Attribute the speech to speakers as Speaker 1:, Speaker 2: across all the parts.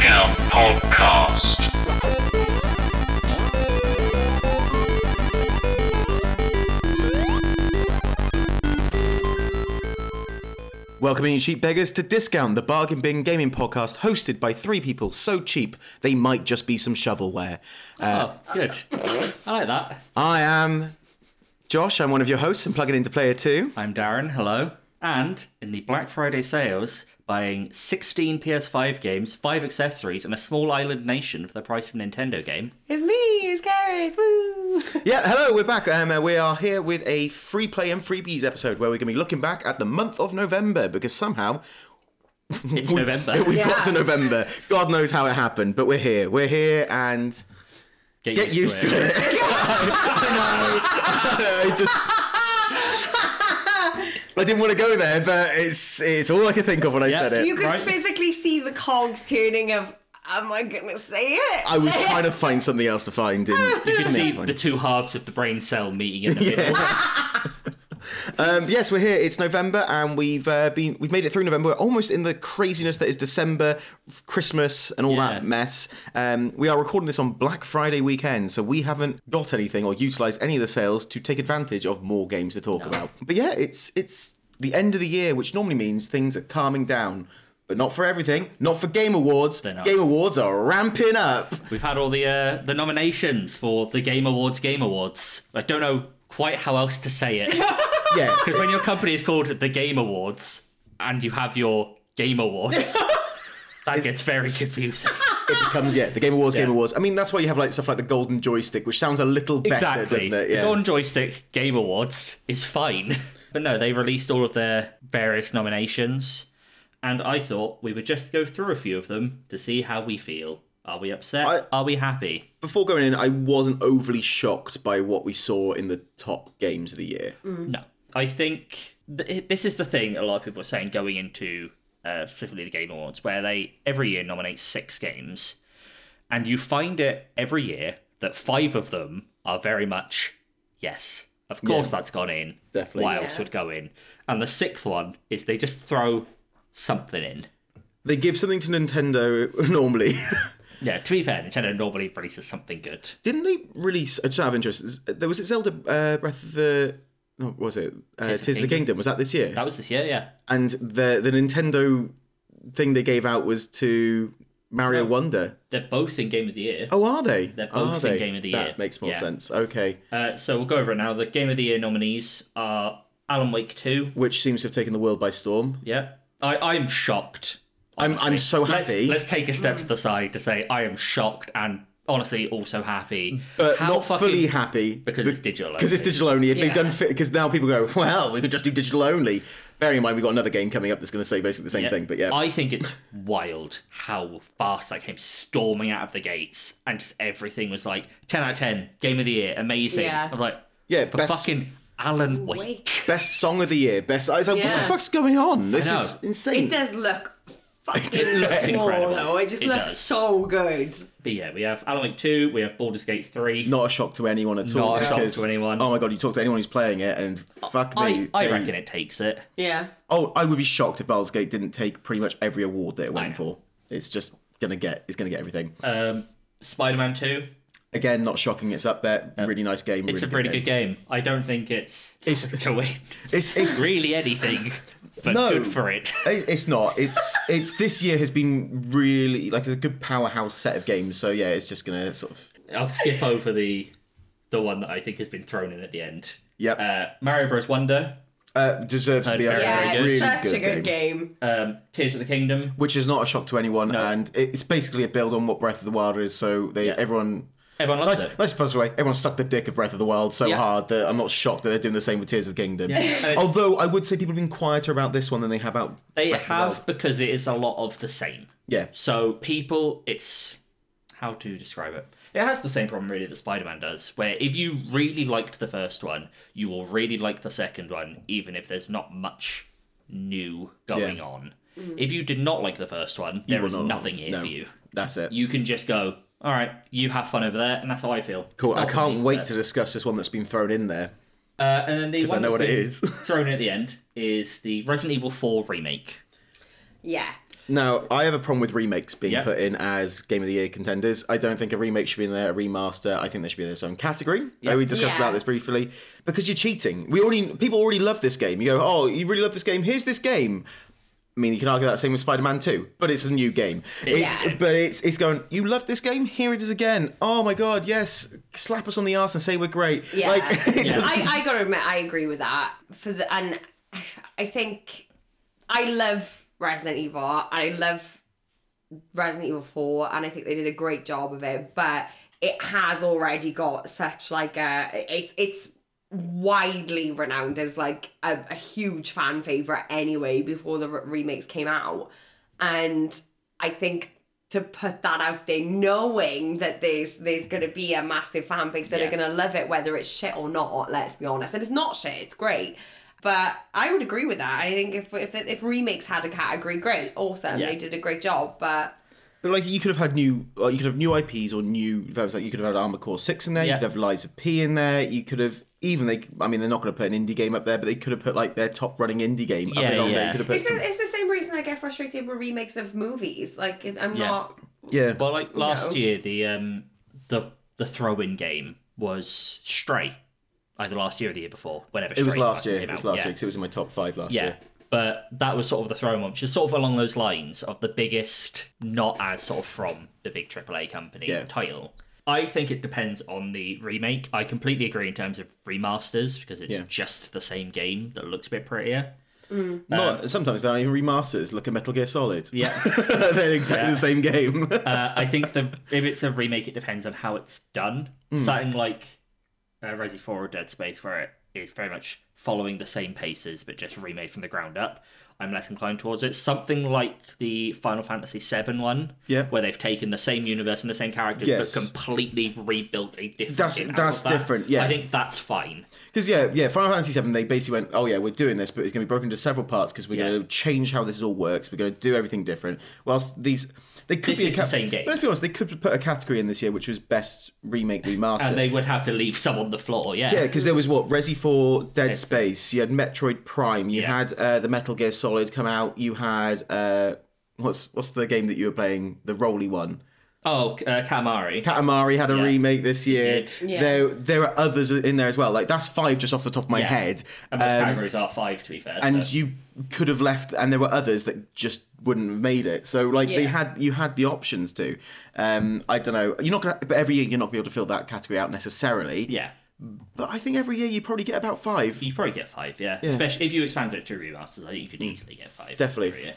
Speaker 1: Cow Podcast.
Speaker 2: Welcoming you cheap beggars to Discount, the bargain bin gaming podcast hosted by three people so cheap they might just be some shovelware.
Speaker 3: Oh, good. I like that.
Speaker 2: I am Josh, I'm one of your hosts and plugging into player two.
Speaker 3: I'm Darren. Hello. And in the Black Friday sales, buying 16 PS5 games, five accessories, and a small island nation for the price of a Nintendo game.
Speaker 4: It's me, it's Karis, woo!
Speaker 2: Yeah, hello, we're back. Um, uh, we are here with a free play and freebies episode where we're going to be looking back at the month of November because somehow
Speaker 3: It's
Speaker 2: we-
Speaker 3: November.
Speaker 2: we've got
Speaker 4: Yeah.
Speaker 2: to November. God knows how it happened, but we're here. We're here and get used to it. I know. I just. I didn't want to go there, but it's it's all I could think of when I
Speaker 3: Yeah.
Speaker 2: said it.
Speaker 4: You could
Speaker 3: Right.
Speaker 4: physically see the cogs turning of, am I gonna say it?
Speaker 2: I was trying to find something else to find. In,
Speaker 3: You can see the two halves of the brain cell meeting in the middle.
Speaker 2: um, yes, we're here. It's November, and we've uh, been we've made it through November. We're almost in the craziness that is December, f- Christmas, and all
Speaker 3: Yeah.
Speaker 2: that mess. Um, we are recording this on Black Friday weekend, so we haven't got anything or utilized any of the sales to take advantage of more games to talk about. But yeah, it's it's the end of the year, which normally means things are calming down. But not for everything. Not for Game Awards.
Speaker 3: They're not.
Speaker 2: Game Awards are ramping up.
Speaker 3: We've had all the uh, the nominations for the Game Awards. Game Awards. I don't know quite how else to say it.
Speaker 2: Yeah.
Speaker 3: Because when your company is called the Game Awards and you have your Game Awards, that gets very confusing.
Speaker 2: it becomes yeah the Game Awards, Game
Speaker 3: Yeah.
Speaker 2: Awards. I mean that's why you have like stuff like the Golden Joystick, which sounds a little better,
Speaker 3: exactly.
Speaker 2: doesn't it?
Speaker 3: The
Speaker 2: Yeah.
Speaker 3: Golden Joystick Game Awards is fine. But no, they released all of their various nominations, and I thought we would just go through a few of them to see how we feel. Are we upset?
Speaker 2: I-
Speaker 3: Are we happy?
Speaker 2: Before going in, I wasn't overly shocked by what we saw in the top games of the year.
Speaker 3: No. I think th- this is the thing a lot of people are saying going into uh, specifically the Game Awards, where they every year nominate six games. And you find it every year that five of them are very much, yes, of course that's gone in.
Speaker 2: Definitely.
Speaker 3: What else would go in? And the sixth one is they just throw something in.
Speaker 2: They give something to Nintendo normally.
Speaker 3: Yeah, to be fair, Nintendo normally releases something good.
Speaker 2: Didn't they release? I just out of interest. There was it Zelda uh, Breath of the. No, what was it? Uh, Tis, the
Speaker 3: the Kingdom.
Speaker 2: Kingdom. Was that this year?
Speaker 3: That was this year, yeah.
Speaker 2: And the the Nintendo thing they gave out was to Mario Wonder.
Speaker 3: They're both in Game of the Year.
Speaker 2: Oh, are they?
Speaker 3: They're
Speaker 2: Are
Speaker 3: both in
Speaker 2: they?
Speaker 3: Game of the
Speaker 2: that
Speaker 3: Year.
Speaker 2: makes more
Speaker 3: Yeah.
Speaker 2: sense. Okay,
Speaker 3: Uh, so we'll go over it now. The Game of the Year nominees are Alan Wake 2,
Speaker 2: which seems to have taken the world by storm.
Speaker 3: Yeah, I, I'm shocked.
Speaker 2: I'm- I'm
Speaker 3: honestly.
Speaker 2: so
Speaker 3: Let's-
Speaker 2: happy.
Speaker 3: Let's, take a step to the side to say I am shocked and honestly also happy.
Speaker 2: but
Speaker 3: How
Speaker 2: not
Speaker 3: fucking-
Speaker 2: fully happy
Speaker 3: because it's digital.
Speaker 2: because it's
Speaker 3: only.
Speaker 2: digital only. If they've
Speaker 4: Yeah.
Speaker 2: done because now people go, well, we could just do digital only. Bearing in mind, we've got another game coming up that's going to say basically the same
Speaker 3: Yeah.
Speaker 2: thing. But yeah,
Speaker 3: I think it's wild how fast that came storming out of the gates and just everything was like ten out of ten, game of the year, amazing.
Speaker 4: Yeah.
Speaker 3: I'm like,
Speaker 2: yeah,
Speaker 3: for
Speaker 2: best
Speaker 3: fucking Alan Wake.
Speaker 4: Wake.
Speaker 2: best song of the year, best. I was like, what the
Speaker 4: Yeah.
Speaker 2: fuck's going on? This
Speaker 3: know.
Speaker 2: is
Speaker 4: It
Speaker 2: insane.
Speaker 4: does look fucking
Speaker 2: It looks
Speaker 4: cool,
Speaker 3: incredible.
Speaker 4: though. It just
Speaker 3: It
Speaker 4: looks
Speaker 3: does.
Speaker 4: so good.
Speaker 3: But yeah, we have Alan Wake two, we have Baldur's Gate three.
Speaker 2: Not a shock to anyone at all.
Speaker 3: Not a shock
Speaker 2: because-
Speaker 3: to anyone.
Speaker 2: Oh my god, you talk to anyone who's playing it, and fuck
Speaker 3: I,
Speaker 2: me.
Speaker 3: I
Speaker 2: they-
Speaker 3: reckon it takes it.
Speaker 4: Yeah.
Speaker 2: Oh, I would be shocked if Baldur's Gate didn't take pretty much every award that it went for. It's just gonna get. It's gonna get everything.
Speaker 3: Um, Spider Man two,
Speaker 2: Again, not shocking. It's up there. Really nice game.
Speaker 3: uh, it's
Speaker 2: really
Speaker 3: a pretty good game. I don't think it's
Speaker 2: It's-
Speaker 3: to win.
Speaker 2: It's it's
Speaker 3: really anything, but
Speaker 2: No.
Speaker 3: good for it.
Speaker 2: It- It's not. It's it's this year has been really like a good powerhouse set of games. So yeah, it's just gonna sort of
Speaker 3: I'll skip over the the one that I think has been thrown in at the end.
Speaker 2: Yep.
Speaker 3: Uh, Mario Bros. Wonder,
Speaker 2: uh, deserves to be a
Speaker 3: Very
Speaker 4: Yeah,
Speaker 3: good.
Speaker 4: it's
Speaker 2: really
Speaker 4: such
Speaker 2: good,
Speaker 4: a
Speaker 2: game.
Speaker 4: good game.
Speaker 3: um, Tears of the Kingdom.
Speaker 2: Which is not a shock to anyone, and it's basically a build on what Breath of the Wild is. So they
Speaker 3: Yeah.
Speaker 2: everyone.
Speaker 3: Everyone loves
Speaker 2: Nice,
Speaker 3: it.
Speaker 2: nice possible way. Everyone sucked the dick of Breath of the Wild so
Speaker 3: Yeah.
Speaker 2: hard that I'm not shocked that they're doing the same with Tears of the Kingdom.
Speaker 3: Yeah, and it's-
Speaker 2: Although I would say people have been quieter about this one than they have about.
Speaker 3: They
Speaker 2: Breath of the Wild.
Speaker 3: have because it is a lot of the same.
Speaker 2: Yeah.
Speaker 3: So people, it's how to describe it. It has the same problem really that Spider-Man does, where if you really liked the first one, you will really like the second one, even if there's not much new going
Speaker 2: Yeah.
Speaker 3: on. If you did not like the first one, there
Speaker 2: will
Speaker 3: is
Speaker 2: not like
Speaker 3: nothing
Speaker 2: it.
Speaker 3: here
Speaker 2: No.
Speaker 3: for you.
Speaker 2: That's it.
Speaker 3: You can just go, all right, you have fun over there, and that's how I feel.
Speaker 2: cool.
Speaker 3: It's
Speaker 2: I
Speaker 3: not for
Speaker 2: can't
Speaker 3: me,
Speaker 2: wait
Speaker 3: but-
Speaker 2: to discuss this one that's been thrown in there.
Speaker 3: Uh, and then the one
Speaker 2: I know
Speaker 3: that's
Speaker 2: what it
Speaker 3: been
Speaker 2: is.
Speaker 3: thrown in at the end is the Resident Evil 4 remake.
Speaker 4: Yeah.
Speaker 2: Now, I have a problem with remakes being
Speaker 3: Yeah.
Speaker 2: put in as Game of the Year contenders. I don't think a remake should be in there, a remaster. I think they should be in their own category.
Speaker 3: Yeah.
Speaker 2: Uh, we discussed
Speaker 4: Yeah.
Speaker 2: about this briefly. Because you're cheating. We already people already love this game. You go, oh, you really love this game? Here's this game. I mean, you can argue that same with Spider-Man 2, but it's a new game. It's
Speaker 4: Yeah.
Speaker 2: but it's it's going, you love this game? Here it is again. Oh my god, yes. Slap us on the ass and say we're great.
Speaker 4: Yeah.
Speaker 2: Like it
Speaker 3: Yeah.
Speaker 2: doesn't-
Speaker 4: I, I gotta admit, I agree with that. For the and I think I love Resident Evil and I love Resident Evil Four, and I think they did a great job of it. But it has already got such like a it's it's widely renowned as like a, a huge fan favorite anyway before the re- remakes came out, and I think. To put that out there, knowing that there's there's going to be a massive fan base that
Speaker 3: Yeah.
Speaker 4: are going to love it, whether it's shit or not. Let's be honest, and it's not shit; it's great. But I would agree with that. I think if if, if remakes had a category, great, awesome,
Speaker 3: Yeah.
Speaker 4: they did a great job. But
Speaker 2: But like you could have had new, like you could have new IPs or new developments. Like you could have had Armored Core Six in there. You
Speaker 3: Yeah.
Speaker 2: could have Liza P in there. You could have even they. I mean, they're not going to put an indie game up there, but they could have put like their top running indie game up
Speaker 3: Yeah,
Speaker 2: and on there.
Speaker 3: yeah.
Speaker 2: You could have put
Speaker 4: It's the,
Speaker 2: some,
Speaker 4: it's the same reason I get frustrated with remakes of movies. Like, if I'm
Speaker 3: Yeah.
Speaker 4: not.
Speaker 2: yeah,
Speaker 3: Well, like last
Speaker 4: No.
Speaker 3: year, the um the the throw-in game was Stray, either last year or the year before, whenever.
Speaker 2: it was
Speaker 3: Stray
Speaker 2: last
Speaker 3: fucking
Speaker 2: year.
Speaker 3: came
Speaker 2: It was
Speaker 3: out.
Speaker 2: last year
Speaker 3: yeah.
Speaker 2: 'cause year because it was in my top five last
Speaker 3: Yeah,
Speaker 2: year.
Speaker 3: but that was sort of the throw-in one, which is sort of along those lines of the biggest, not as sort of from the big AAA company
Speaker 2: Yeah.
Speaker 3: title. I think it depends on the remake. I completely agree in terms of remasters because it's
Speaker 2: Yeah.
Speaker 3: just the same game that looks a bit prettier.
Speaker 2: Not, sometimes they're not even remasters. Look at Metal Gear Solid.
Speaker 3: Yeah.
Speaker 2: they're exactly
Speaker 3: Yeah.
Speaker 2: the same game.
Speaker 3: Uh, I think the if it's a remake, it depends on how it's done.
Speaker 2: Hmm.
Speaker 3: Something like uh, Resi Four or Dead Space, where it is very much following the same paces but just remade from the ground up. I'm less inclined towards it. Something like the Final Fantasy VII one,
Speaker 2: Yeah.
Speaker 3: where they've taken the same universe and the same characters
Speaker 2: Yes.
Speaker 3: but completely rebuilt a different.
Speaker 2: That's-
Speaker 3: game out
Speaker 2: that's
Speaker 3: of that.
Speaker 2: different, yeah.
Speaker 3: I think that's fine.
Speaker 2: Because yeah, yeah, Final Fantasy VII, they basically went, oh yeah, we're doing this, but it's going to be broken into several parts because we're
Speaker 3: Yeah.
Speaker 2: going to change how this all works. We're going to do everything different. Whilst these, they could
Speaker 3: This
Speaker 2: be
Speaker 3: is
Speaker 2: a
Speaker 3: the
Speaker 2: cat-
Speaker 3: same game.
Speaker 2: But let's be honest, they could put a category in this year which was best remake remaster.
Speaker 3: And they would have to leave some on the floor. Yeah.
Speaker 2: yeah, because there was what Resi 4, Dead Space. You had Metroid Prime. You
Speaker 3: Yeah.
Speaker 2: had uh, the Metal Gear Solid come out. You had uh, what's what's the game that you were playing? The Roly one.
Speaker 3: Oh, uh, Katamari.
Speaker 2: Katamari had a
Speaker 3: Yeah.
Speaker 2: remake this year.
Speaker 3: did.
Speaker 4: Yeah.
Speaker 2: There there are others in there as well. Like that's five just off the top of my
Speaker 3: Yeah.
Speaker 2: head.
Speaker 3: and those
Speaker 2: Um,
Speaker 3: categories are five, to be fair.
Speaker 2: and
Speaker 3: so-
Speaker 2: you could have left and there were others that just wouldn't have made it so like they
Speaker 4: Yeah.
Speaker 2: had you had the options to um i don't know you're not gonna but every year you're not gonna be able to fill that category out necessarily
Speaker 3: yeah.
Speaker 2: but i think every year you probably get about five
Speaker 3: You probably get five, yeah. Especially if you expand it to remasters, I think you could easily get five.
Speaker 2: Definitely.
Speaker 3: every year.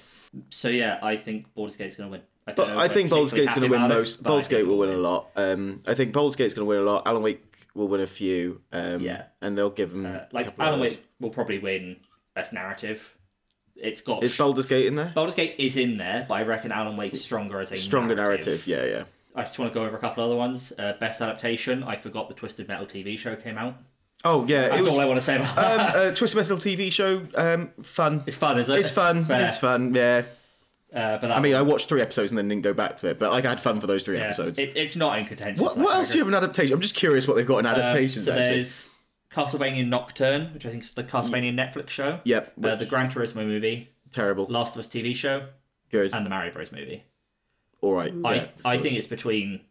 Speaker 3: So yeah, I think Baldur's Gate's going to win. I, don't
Speaker 2: but
Speaker 3: know
Speaker 2: i
Speaker 3: if I'm
Speaker 2: think baldur's gate's
Speaker 3: particularly
Speaker 2: gonna win
Speaker 3: happy about it,
Speaker 2: most
Speaker 3: but I
Speaker 2: baldur's
Speaker 3: think
Speaker 2: gate
Speaker 3: it
Speaker 2: will win a lot um i think baldur's gate's gonna win a lot alan wake will win a few um
Speaker 3: Yeah.
Speaker 2: and they'll give them
Speaker 3: Uh, like Alan Wake will probably win best narrative. It's got
Speaker 2: is baldur's gate in there
Speaker 3: Baldur's Gate is in there, but I reckon Alan Wake's stronger as a
Speaker 2: stronger narrative yeah yeah
Speaker 3: I just want to go over a couple other ones. Uh, best adaptation. I forgot the Twisted Metal TV show came out.
Speaker 2: oh yeah
Speaker 3: That's
Speaker 2: it was
Speaker 3: all I want to say about
Speaker 2: um,
Speaker 3: that.
Speaker 2: uh, Twisted Metal TV show, um, fun.
Speaker 3: It's fun, isn't it?
Speaker 2: It's fun.
Speaker 3: Fair.
Speaker 2: It's fun. Yeah.
Speaker 3: Uh, but that,
Speaker 2: I mean, I watched three episodes and then didn't go back to it, but like I had fun for those three
Speaker 3: yeah,
Speaker 2: episodes.
Speaker 3: It, it's not in contention.
Speaker 2: what
Speaker 3: for that
Speaker 2: what else do
Speaker 3: category.
Speaker 2: you have in adaptation? I'm just curious what they've got in adaptations.
Speaker 3: Um, so
Speaker 2: actually,
Speaker 3: there's Castlevania Nocturne, which I think is the Castlevania
Speaker 2: Mm.
Speaker 3: Netflix show.
Speaker 2: Yep.
Speaker 3: Uh, the Gran Turismo movie,
Speaker 2: terrible.
Speaker 3: Last of Us TV show,
Speaker 2: Good.
Speaker 3: and the Mario Bros movie.
Speaker 2: All right. yeah.
Speaker 3: I I think it's between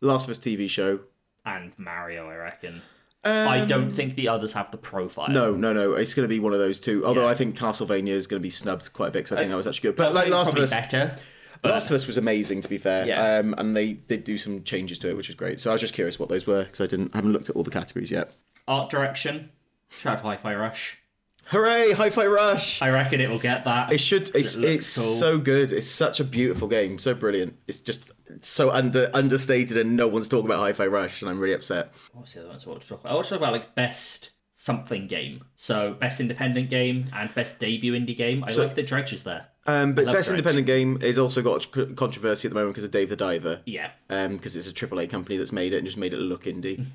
Speaker 2: Last of Us TV show.
Speaker 3: and Mario. I reckon.
Speaker 2: Um,
Speaker 3: I don't think the others have the profile.
Speaker 2: No, no, no. It's going to be one of those two. Although
Speaker 3: Yeah.
Speaker 2: I think Castlevania is going to be snubbed quite a bit because I think that was actually good.
Speaker 3: I
Speaker 2: But
Speaker 3: was
Speaker 2: like
Speaker 3: thinking
Speaker 2: Last of
Speaker 3: probably
Speaker 2: Us,
Speaker 3: better.
Speaker 2: Last of Us was amazing to be fair.
Speaker 3: Yeah.
Speaker 2: Um, and they did do some changes to it, which was great. So I was just curious what those were because I didn't haven't looked at all the categories yet.
Speaker 3: Art direction, Shout Wi Fi Rush.
Speaker 2: Hooray! Hi-Fi Rush.
Speaker 3: I reckon it will get that.
Speaker 2: It should. It's
Speaker 3: looks
Speaker 2: it's
Speaker 3: cool.
Speaker 2: so good. It's such a beautiful game. So brilliant. It's just it's so under understated, and no one's talking about Hi-Fi Rush, and I'm really upset.
Speaker 3: What's the other ones I want to talk about? I want to talk about like best something game. So best independent game and best debut indie game. I like the dredges there.
Speaker 2: Um, but
Speaker 3: love
Speaker 2: best
Speaker 3: Dredge.
Speaker 2: independent game is also got c- controversy at the moment because of Dave the Diver.
Speaker 3: yeah.
Speaker 2: Um, because it's a AAA company that's made it and just made it look indie.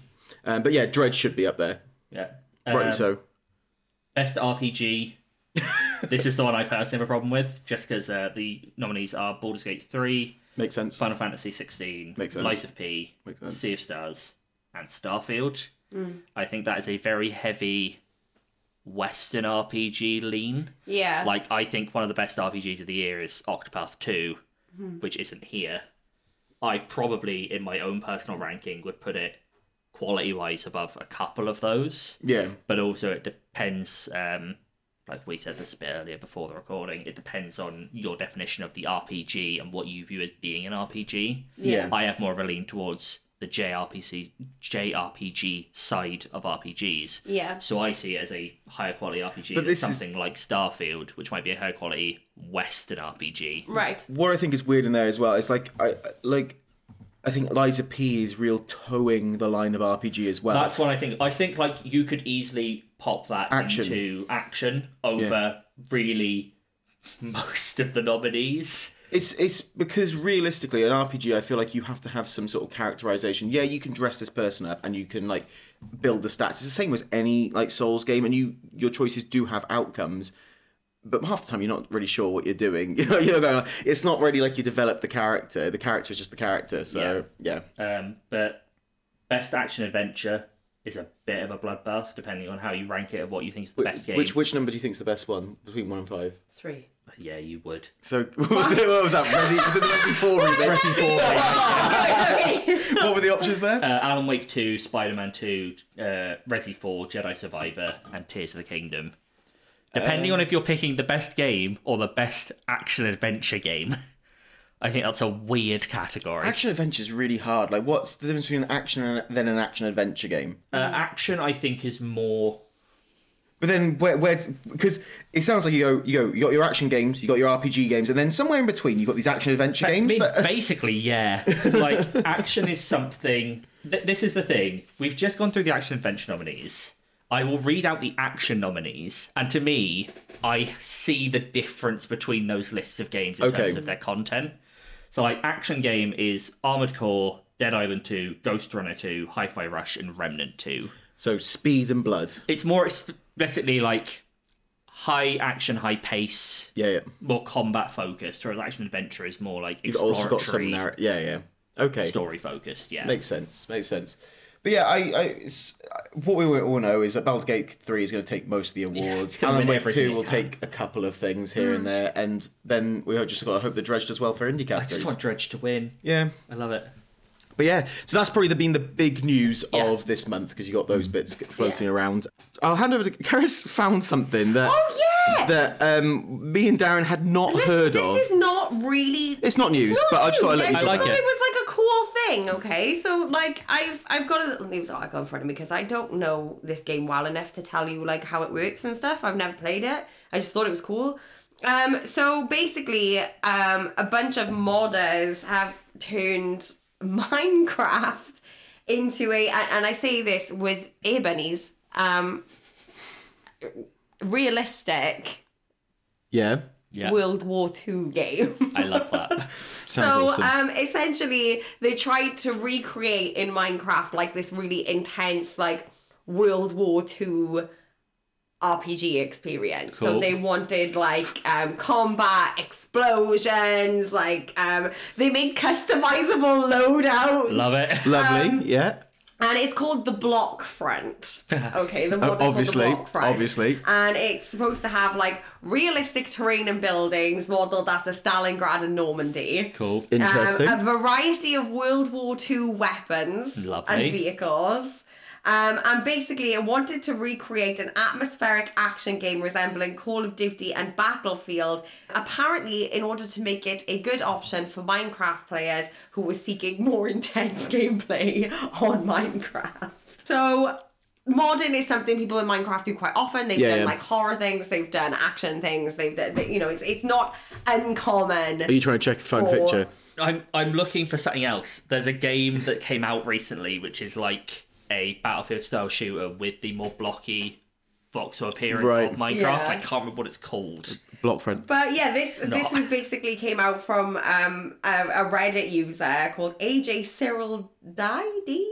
Speaker 2: um, but yeah, Dredge should be up there.
Speaker 3: Yeah.
Speaker 2: Rightly
Speaker 3: Um,
Speaker 2: so.
Speaker 3: Best RPG. this is the one I personally have a problem with, just because uh, the nominees are Baldur's Gate 3,
Speaker 2: Makes sense.
Speaker 3: Final Fantasy 16,
Speaker 2: Makes sense.
Speaker 3: Lies of P,
Speaker 2: Makes sense.
Speaker 3: Sea of Stars, and Starfield. I think that is a very heavy Western RPG lean.
Speaker 4: Yeah.
Speaker 3: Like I think one of the best RPGs of the year is Octopath 2, which isn't here. I probably in my own personal ranking would put it quality wise above a couple of those,
Speaker 2: Yeah.
Speaker 3: but also it depends um like we said this a bit earlier before the recording, it depends on your definition of the RPG and what you view as being an RPG.
Speaker 2: Yeah.
Speaker 3: I have more of a lean towards the JRPC JRPG side of RPGs.
Speaker 4: yeah.
Speaker 3: So I see it as a higher quality RPG
Speaker 2: But
Speaker 3: than
Speaker 2: this is-
Speaker 3: something like Starfield, which might be a higher quality Western RPG.
Speaker 4: Right.
Speaker 2: What I think is weird in there as well is like I like I think Liza P is real towing the line of RPG as well.
Speaker 3: That's what I think. I think like you could easily pop that
Speaker 2: Action.
Speaker 3: into action over really most of the nominees.
Speaker 2: It's it's because realistically, an RPG, I feel like you have to have some sort of characterization. Yeah, you can dress this person up and you can like build the stats. It's the same as any like Souls game, and you your choices do have outcomes. But half the time, you're not really sure what you're doing. You know, you're going, it's not really like you develop the character. The character is just the character. So yeah,
Speaker 3: Um, but best action adventure is a bit of a bloodbath, depending on how you rank it and what you think is the best game.
Speaker 2: Which which number do you think is the best one between one and five?
Speaker 4: Three.
Speaker 3: Yeah, you would.
Speaker 2: So what was, it, what was that? Resi, was it the Resi Four? remake?
Speaker 4: okay.
Speaker 2: What were the options there?
Speaker 3: Uh, Alan Wake 2, Spider Man 2, uh, Resi 4, Jedi Survivor, and Tears of the Kingdom. Depending on if you're picking the best game or the best action adventure game, I think that's a weird category. Action,
Speaker 2: Action adventure is really hard. Like, what's the difference between an action and then an action adventure game?
Speaker 3: uh, action I think, is more.
Speaker 2: But then where where because it sounds like you go you go you got your action games, you got your RPG games, and then somewhere in between you have got these action adventure games.
Speaker 3: I mean,
Speaker 2: That,
Speaker 3: basically, yeah. Like, action is something. Th- this is the thing. We've just gone through the action adventure nominees. I will read out the action nominees, and to me, I see the difference between those lists of games in
Speaker 2: Okay.
Speaker 3: terms of their content. So, like, action game is Armored Core, Dead Island 2, Ghost Runner 2, Hi Fi Rush, and Remnant 2.
Speaker 2: so speed and blood.
Speaker 3: It's more explicitly like high action, high pace,
Speaker 2: Yeah, yeah.
Speaker 3: more combat focused, whereas action adventure is more like
Speaker 2: You've also got some
Speaker 3: exploratory
Speaker 2: narr- Yeah, yeah. Okay.
Speaker 3: story focused. Yeah,
Speaker 2: Makes sense. Makes sense. But yeah, I, I it's, what we all know is that Baldur's Gate three is going to take most of the awards.
Speaker 3: it's gonna
Speaker 2: Alan
Speaker 3: win
Speaker 2: Wake
Speaker 3: everything
Speaker 2: two
Speaker 3: it
Speaker 2: will
Speaker 3: can. Hmm.
Speaker 2: take a couple of things here and there, and then we just got to hope the Dredge does well for indie
Speaker 3: I just
Speaker 2: categories.
Speaker 3: want Dredge to win.
Speaker 2: Yeah.
Speaker 3: I love it.
Speaker 2: But yeah, so that's probably the, been the big news
Speaker 3: Yeah.
Speaker 2: of this month because you got those bits floating around. I'll hand over to Karis. Found something that
Speaker 4: Oh, yeah!
Speaker 2: that um, me and Darren had not
Speaker 4: This-
Speaker 2: heard
Speaker 4: this
Speaker 2: of.
Speaker 4: is not really
Speaker 2: It's not news, but I just thought I'd let you
Speaker 4: I
Speaker 2: talk
Speaker 3: like
Speaker 2: about
Speaker 4: thought
Speaker 3: it.
Speaker 4: it was like a cool thing, okay? So like I've I've got a little news article in front of me because I don't know this game well enough to tell you like how it works and stuff. I've never played it. I just thought it was cool. Um so basically um a bunch of modders have turned Minecraft into a and and I say this with ear bunnies, um realistic
Speaker 2: Yeah,
Speaker 3: Yeah,
Speaker 4: World War Two game.
Speaker 3: I love that.
Speaker 2: sounds
Speaker 4: so
Speaker 2: awesome.
Speaker 4: um, essentially, they tried to recreate in Minecraft like this really intense, like World War Two RPG experience.
Speaker 3: Cool.
Speaker 4: So they wanted like um, combat, explosions, like um, they made customizable loadouts.
Speaker 3: love it.
Speaker 2: Lovely.
Speaker 4: Um,
Speaker 2: yeah.
Speaker 4: And it's called the Block Front. Okay, the mod is
Speaker 2: Um, Obviously,
Speaker 4: called the Block Front.
Speaker 2: obviously.
Speaker 4: And it's supposed to have like realistic terrain and buildings modeled after Stalingrad and Normandy.
Speaker 3: Cool.
Speaker 2: Interesting.
Speaker 4: Um, a variety of World War II weapons
Speaker 3: Lovely.
Speaker 4: and vehicles. Um, and basically, it wanted to recreate an atmospheric action game resembling Call of Duty and Battlefield, apparently, in order to make it a good option for Minecraft players who were seeking more intense gameplay on Minecraft. So, modding is something people in Minecraft do quite often. They've
Speaker 2: Yeah,
Speaker 4: done
Speaker 2: yeah.
Speaker 4: like horror things, they've done action things, they've, done- they, you know, it's, it's not uncommon.
Speaker 2: Are you trying to check a fun
Speaker 4: Or-
Speaker 2: picture?
Speaker 3: I'm I'm looking for something else. There's a game that came out recently, which is like a battlefield style shooter with the more blocky voxel appearance
Speaker 2: Right.
Speaker 3: of Minecraft.
Speaker 4: Yeah.
Speaker 3: I can't remember what it's called.
Speaker 2: Block front.
Speaker 4: But yeah, this this
Speaker 3: not.
Speaker 4: was basically came out from um, a, a Reddit user called AJ Cyril Didi,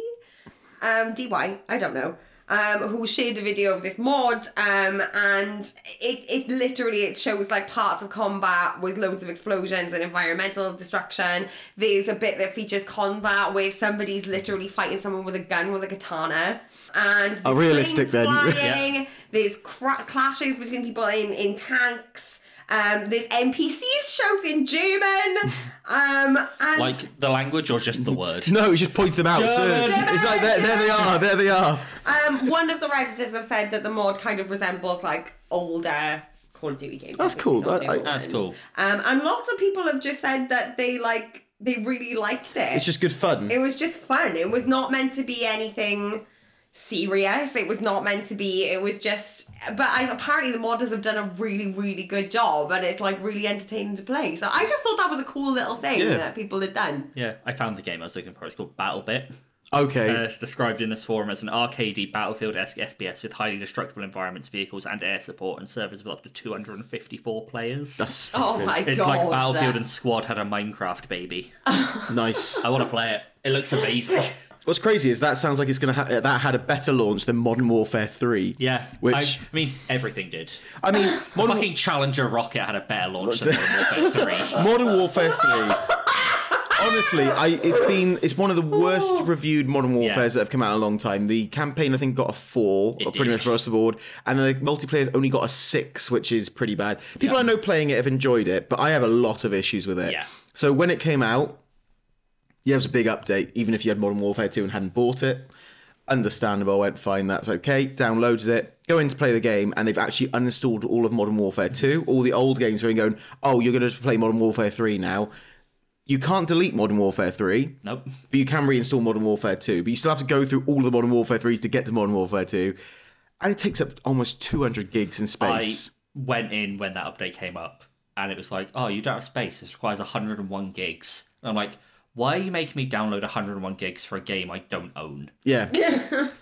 Speaker 4: um, Dy. I don't know. um, who shared a video of this mod, um, and it, it literally it shows like parts of combat with loads of explosions and environmental destruction. There's a bit that features combat where somebody's literally fighting someone with a gun with a katana. And
Speaker 2: Oh,
Speaker 4: there's
Speaker 2: realistic
Speaker 4: planes
Speaker 2: then.
Speaker 4: flying, There's cra- clashes between people in in tanks. Um, there's NPCs shouting in German. Um, and
Speaker 3: Like the language or just the word?
Speaker 2: No, he just points them out. So
Speaker 3: German!
Speaker 2: it's like there, there they are, there they are.
Speaker 4: um, one of the redditors have said that the mod kind of resembles like older Call of Duty games.
Speaker 2: That's
Speaker 4: obviously,
Speaker 2: cool.
Speaker 4: not
Speaker 2: I-
Speaker 4: the
Speaker 2: I-
Speaker 4: old
Speaker 3: That's
Speaker 4: ones.
Speaker 3: cool.
Speaker 4: Um, and lots of people have just said that they like they really liked it.
Speaker 2: It's just good fun.
Speaker 4: it was just fun. It was not meant to be anything serious. It was not meant to be. It was just. But I, apparently the modders have done a really really good job, and it's like really entertaining to play. So I just thought that was a cool little thing
Speaker 2: Yeah.
Speaker 4: that people had done.
Speaker 3: Yeah, I found the game I was looking for. It's called BattleBit. Uh,
Speaker 2: Okay.
Speaker 3: it's described in this forum as an arcadey battlefield-esque FPS with highly destructible environments, vehicles, and air support, and servers with up to 254 players.
Speaker 2: That's stupid.
Speaker 4: Oh my god!
Speaker 3: it's like Battlefield and Squad had a Minecraft baby.
Speaker 2: nice.
Speaker 3: I want to play it. It looks amazing.
Speaker 2: What's crazy is that sounds like it's gonna ha- uh, that had a better launch than Modern Warfare Three.
Speaker 3: Yeah,
Speaker 2: Which
Speaker 3: I, I mean, everything did.
Speaker 2: I mean, Modern,
Speaker 3: Fucking Challenger rocket had a better launch than Modern Warfare Three.
Speaker 2: Modern Warfare 3. Honestly, I, it's been it's one of the worst reviewed Modern Warfares that have come out in a long time. The campaign I think got a four,
Speaker 3: It
Speaker 2: or pretty
Speaker 3: did.
Speaker 2: much across the board, and the multiplayer's only got a six, which is pretty bad. People I know playing it have enjoyed it, but I have a lot of issues with it.
Speaker 3: Yeah.
Speaker 2: So when it came out, yeah, it was a big update. Even if you had Modern Warfare 2 and hadn't bought it, understandable. I went fine, that's okay. Downloaded it, go in to play the game, and they've actually uninstalled all of Modern Warfare 2, all the old games. Where you're going, oh, you're going to play Modern Warfare 3 now. You can't delete Modern Warfare 3,
Speaker 3: Nope.
Speaker 2: but you can reinstall Modern Warfare 2. But you still have to go through all the Modern Warfare 3s to get to Modern Warfare 2. And it takes up almost 200 gigs in
Speaker 3: I
Speaker 2: space.
Speaker 3: went in when that update came up, and it was like, "Oh, you don't have space. This requires 101 gigs." And I'm like, "Why are you making me download 101 gigs for a game I don't own?
Speaker 2: Yeah.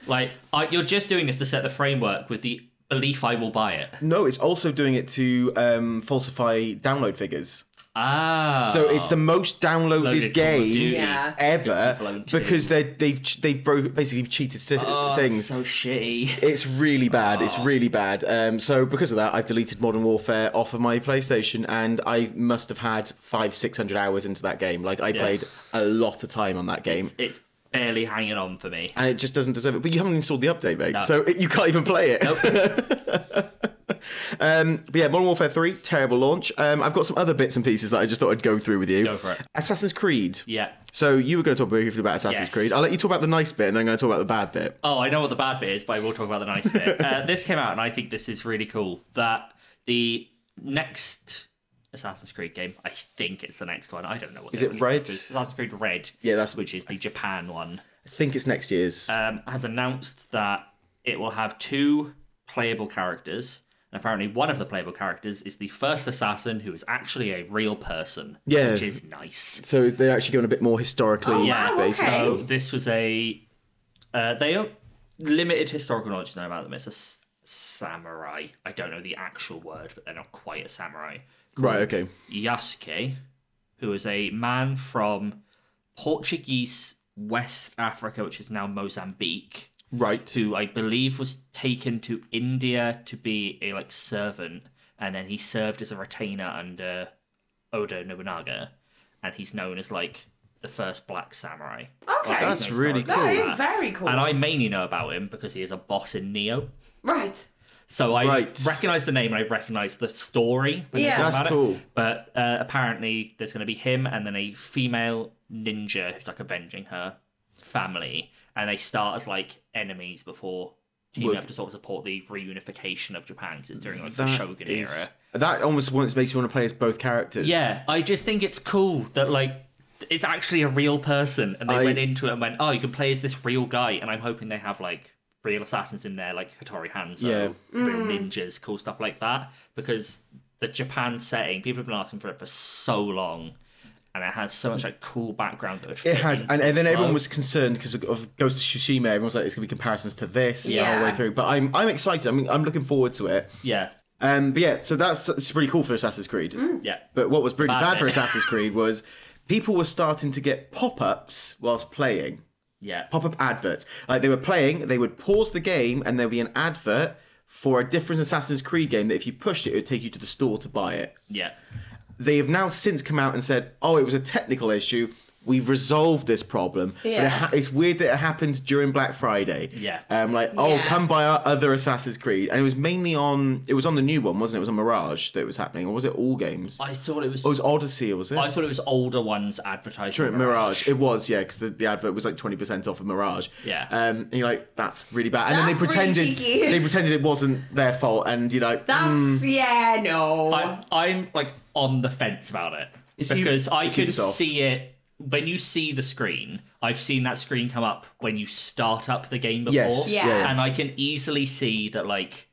Speaker 3: Like, I, you're just doing this to set the framework with the belief I will buy it."
Speaker 2: No, it's also doing it to um, falsify download figures.
Speaker 3: Ah,
Speaker 2: So it's the most
Speaker 3: Loaded Call
Speaker 2: downloaded
Speaker 3: of Duty.
Speaker 2: game
Speaker 4: Yeah.
Speaker 2: ever
Speaker 3: people own two.
Speaker 2: because they they've ch- they've bro- basically cheated si-
Speaker 3: Oh,
Speaker 2: things.
Speaker 3: so Oh. shitty.
Speaker 2: It's really bad. It's really bad. Um, so because of that, I've deleted Modern Warfare off of my PlayStation, and I must have had five six hundred hours into that game. Like I played a lot of time on that game.
Speaker 3: It's, it's barely hanging on for me.
Speaker 2: and it just doesn't deserve it. But you haven't installed the update, mate, so it, you can't even play it. um, but yeah, Modern Warfare 3, terrible launch. Um, I've got some other bits and pieces that I just thought I'd go through with you.
Speaker 3: Go for it.
Speaker 2: Assassin's Creed.
Speaker 3: Yeah.
Speaker 2: So you were going to talk briefly about Assassin's
Speaker 3: Yes.
Speaker 2: Creed. I'll let you talk about the nice bit, and then I'm going to talk about the bad bit.
Speaker 3: Oh, I know what the bad bit is, but I will talk about the nice bit. Uh, this came out, and I think this is really cool. That the next Assassin's Creed game, I think it's the next one. I don't know what
Speaker 2: Is
Speaker 3: they
Speaker 2: it
Speaker 3: really-
Speaker 2: Red?
Speaker 3: Assassin's Creed Red.
Speaker 2: Yeah, that's-
Speaker 3: which is the Japan one.
Speaker 2: I think it's next year's.
Speaker 3: Um, has announced that it will have two playable characters. And apparently, one of the playable characters is the first assassin, who is actually a real person.
Speaker 2: Yeah.
Speaker 3: which is nice.
Speaker 2: so they're actually going a bit more historically
Speaker 3: Yeah,
Speaker 2: based.
Speaker 4: okay.
Speaker 3: So this was a. Uh, they have limited historical knowledge to know about them. It's a s- samurai. I don't know the actual word, but they're not quite a samurai.
Speaker 2: Right, okay.
Speaker 3: Yasuke, who is a man from Portuguese West Africa, which is now Mozambique,
Speaker 2: Right.
Speaker 3: who I believe was taken to India to be a like servant, and then he served as a retainer under Oda Nobunaga, and he's known as like the first black samurai.
Speaker 4: Okay,
Speaker 3: Like,
Speaker 2: Oh, That's
Speaker 3: he's known
Speaker 2: really
Speaker 3: historically
Speaker 4: that
Speaker 2: cool.
Speaker 3: for
Speaker 4: is very cool.
Speaker 3: Oh, and I mainly know about him because he is a boss in Neo.
Speaker 4: right.
Speaker 3: So I
Speaker 2: Right.
Speaker 3: recognize the name and I recognize the story. when they
Speaker 4: Yeah.
Speaker 3: talk
Speaker 2: That's
Speaker 3: about it.
Speaker 2: cool.
Speaker 3: But uh, apparently, there's going to be him and then a female ninja who's like avenging her family, and they start as like enemies before teaming
Speaker 2: Look.
Speaker 3: up to sort of support the reunification of Japan because it's during like the
Speaker 2: That
Speaker 3: Shogun
Speaker 2: is-
Speaker 3: era.
Speaker 2: That almost wants- makes me want to play as both characters.
Speaker 3: Yeah, I just think it's cool that like it's actually a real person, and they
Speaker 2: I-
Speaker 3: went into it and went, "Oh, you can play as this real guy." And I'm hoping they have like real assassins in there, like Hattori Hanzo,
Speaker 2: Yeah.
Speaker 3: real ninjas, cool stuff like that. Because the Japan setting, people have been asking for it for so long, and it has so much like cool background that would
Speaker 2: It
Speaker 3: fit
Speaker 2: has,
Speaker 3: in
Speaker 2: and, and then
Speaker 3: as
Speaker 2: everyone
Speaker 3: well.
Speaker 2: was concerned because of Ghost of Tsushima. Everyone's like, it's going to be comparisons to this the whole
Speaker 4: Yeah.
Speaker 2: way through. But I'm, I'm excited. I mean, I'm looking forward to it.
Speaker 3: yeah,
Speaker 2: Um, but yeah, so that's it's pretty cool for Assassin's Creed.
Speaker 3: yeah.
Speaker 2: But what was really
Speaker 3: Bad
Speaker 2: bad for
Speaker 3: bit.
Speaker 2: Assassin's Creed was people were starting to get pop ups whilst playing.
Speaker 3: Yeah.
Speaker 2: pop-up adverts. Like they were playing, they would pause the game, and there'd be an advert for a different Assassin's Creed game that if you pushed it, it would take you to the store to buy it.
Speaker 3: Yeah.
Speaker 2: They have now since come out and said, "Oh, it was a technical issue." We've resolved this problem, but
Speaker 4: Yeah.
Speaker 2: it ha- it's weird that it happened during Black Friday.
Speaker 3: Yeah.
Speaker 2: um, like oh,
Speaker 4: Yeah.
Speaker 2: come buy our other Assassin's Creed, and it was mainly on. It was on the new one, wasn't it? It was on Mirage that it was happening, or was it all games?
Speaker 3: I thought it was.
Speaker 2: it was Odyssey, or was it?
Speaker 3: I thought it was older ones advertising.
Speaker 2: Mirage. Mirage. It was, yeah, because the, the advert was like twenty percent off of Mirage.
Speaker 3: Yeah.
Speaker 2: Um, and you're like, that's really bad. And then they
Speaker 4: That's really
Speaker 2: pretended
Speaker 4: cheeky.
Speaker 2: they pretended it wasn't their fault, and you know,
Speaker 4: That's yeah, no.
Speaker 3: I'm, I'm mm. like on the fence about it
Speaker 2: It's u-
Speaker 3: because I
Speaker 2: it's
Speaker 3: could
Speaker 2: Ubisoft.
Speaker 3: see it when you see the screen. I've seen that screen come up when you start up the game before,
Speaker 2: Yes,
Speaker 4: Yeah. yeah, yeah.
Speaker 3: and I can easily see that like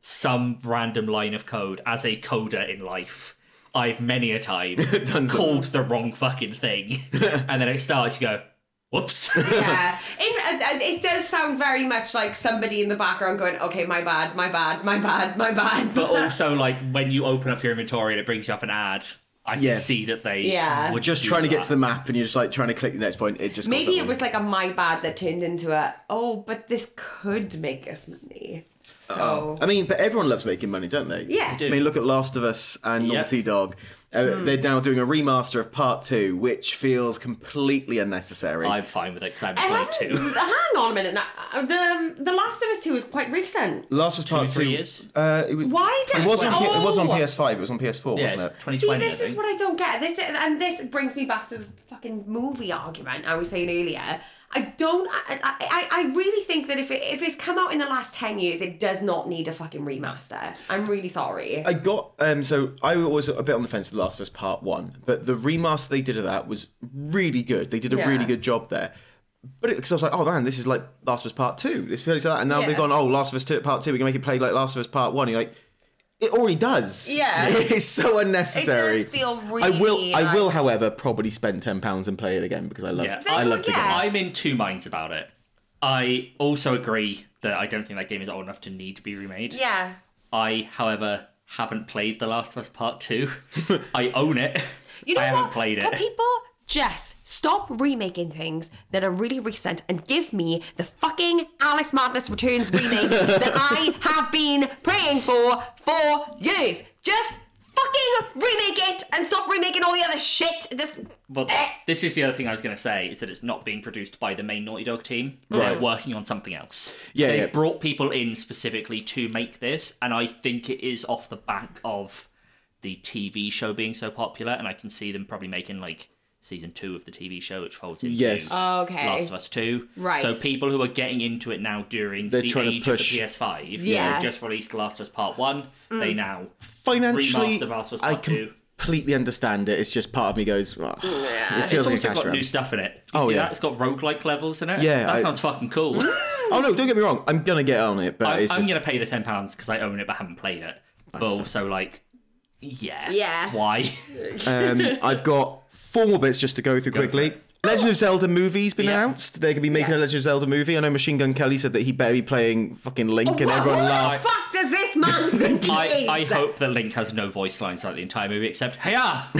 Speaker 3: some random line of code as a coder in life. I've many a time
Speaker 2: Done so.
Speaker 3: called the wrong fucking thing, and then it starts. You go, whoops.
Speaker 4: yeah, In- uh, uh, it does sound very much like somebody in the background going, "Okay, my bad, my bad, my bad, my bad."
Speaker 3: but also like when you open up your inventory and it brings you up an ad, I can
Speaker 2: Yeah.
Speaker 3: see that they
Speaker 4: Yeah.
Speaker 3: would
Speaker 2: just
Speaker 3: do
Speaker 2: trying to get
Speaker 3: that.
Speaker 2: to the map, and you're just like trying to click the next point. It just
Speaker 4: Maybe
Speaker 2: goes
Speaker 4: it
Speaker 2: up.
Speaker 4: was like a my bad that turned into a oh, but this could make us money. So
Speaker 2: I mean, but everyone loves making money, don't they?
Speaker 4: Yeah. Hmm. They
Speaker 3: do.
Speaker 2: I mean, look at Last of Us and
Speaker 3: Yeah.
Speaker 2: Naughty Dog. Uh, They're now doing a remaster of Part Two, which feels completely unnecessary.
Speaker 3: I'm fine with it because
Speaker 4: It
Speaker 3: I'm
Speaker 4: hasn't-
Speaker 3: played two.
Speaker 4: hang on a minute. Now, uh, the um, The Last of Us Two is quite recent.
Speaker 2: Last was Part
Speaker 3: three
Speaker 2: Two.
Speaker 3: years?
Speaker 2: Uh, it was,
Speaker 4: Why did
Speaker 2: It wasn't. on P-
Speaker 4: oh.
Speaker 2: It wasn't on PS5. It was on PS4,
Speaker 3: Yeah,
Speaker 2: wasn't it?
Speaker 3: it's 2020.
Speaker 4: See, this
Speaker 3: I
Speaker 4: is
Speaker 3: think.
Speaker 4: what I don't get. This and this brings me back to the fucking movie argument I was saying earlier. I don't. I, I, I really think that if it, if it's come out in the last ten years, it does not need a fucking remaster. I'm really sorry.
Speaker 2: I got um so I was a bit on the fence with The Last of Us Part One, but the remaster they did of that was really good. They did a
Speaker 4: Yeah.
Speaker 2: really good job there. But because I was like, oh man, this is like Last of Us Part Two. This feels like that, and now
Speaker 4: Yeah.
Speaker 2: they've gone, oh, Last of Us Two, Part Two. We're gonna make it play like Last of Us Part One. You're like, it already does.
Speaker 4: Yeah.
Speaker 2: it's so unnecessary.
Speaker 4: It does feel
Speaker 2: I will.
Speaker 4: really
Speaker 2: I will,
Speaker 4: like-
Speaker 2: however, probably spend ten pounds and play it again because I love.
Speaker 3: Yeah.
Speaker 2: I
Speaker 4: Well,
Speaker 2: love the
Speaker 4: yeah.
Speaker 2: game.
Speaker 3: I'm in two minds about it. I also agree that I don't think that game is old enough to need to be remade.
Speaker 4: yeah.
Speaker 3: I, however, haven't played The Last of Us Part Two. I own it.
Speaker 4: You know
Speaker 3: I haven't
Speaker 4: what?
Speaker 3: played it.
Speaker 4: Can people just stop remaking things that are really recent and give me the fucking Alice Madness Returns remake that I have been praying for for years? Just fucking remake it and stop remaking all the other shit. This
Speaker 3: But
Speaker 4: Eh.
Speaker 3: this is the other thing I was going to say is that it's not being produced by the main Naughty Dog team. They're
Speaker 2: Right.
Speaker 3: working on something else.
Speaker 2: Yeah,
Speaker 3: they've
Speaker 2: yeah.
Speaker 3: brought people in specifically to make this, and I think it is off the back of the TV show being so popular. And I can see them probably making like season two of the TV show, which folds into
Speaker 2: Yes.
Speaker 4: Okay.
Speaker 3: Last of Us Two.
Speaker 4: Right.
Speaker 3: So people who are getting into it now during
Speaker 2: They're
Speaker 3: the
Speaker 2: trying to
Speaker 3: age
Speaker 2: push-
Speaker 3: of the PS5,
Speaker 4: Yeah. Mm.
Speaker 3: they just released Last of Us Part One. They now
Speaker 2: Financially,
Speaker 3: Remaster of Last of Us
Speaker 2: I
Speaker 3: Part Two.
Speaker 2: completely understand it. It's just part of me goes. "Ugh." It feels
Speaker 3: It's
Speaker 2: like a
Speaker 3: also
Speaker 2: cash
Speaker 3: got
Speaker 2: grab.
Speaker 3: new stuff in it. You
Speaker 2: Oh,
Speaker 3: see
Speaker 2: yeah.
Speaker 3: that? It's got roguelike levels in it.
Speaker 2: Yeah,
Speaker 3: That
Speaker 2: I-
Speaker 3: sounds fucking cool.
Speaker 2: Oh no, don't get me wrong. I'm gonna get on it, but
Speaker 3: I,
Speaker 2: it's
Speaker 3: I'm
Speaker 2: just
Speaker 3: going to pay the £10 because I own it but haven't played it. But also, like, yeah.
Speaker 4: Yeah.
Speaker 3: Why?
Speaker 2: um, I've got four more bits just to go through
Speaker 3: for
Speaker 2: quickly. Legend of Zelda movie's been
Speaker 3: Yeah.
Speaker 2: announced. They're gonna be making a Legend of Zelda movie. I know Machine Gun Kelly said that he better be playing fucking Link, and
Speaker 3: Oh,
Speaker 4: Wha-
Speaker 2: everyone
Speaker 4: who
Speaker 2: laughed.
Speaker 4: the fuck does this man think he
Speaker 3: I,
Speaker 4: is?
Speaker 3: I hope that Link has no voice lines like the entire movie except, hey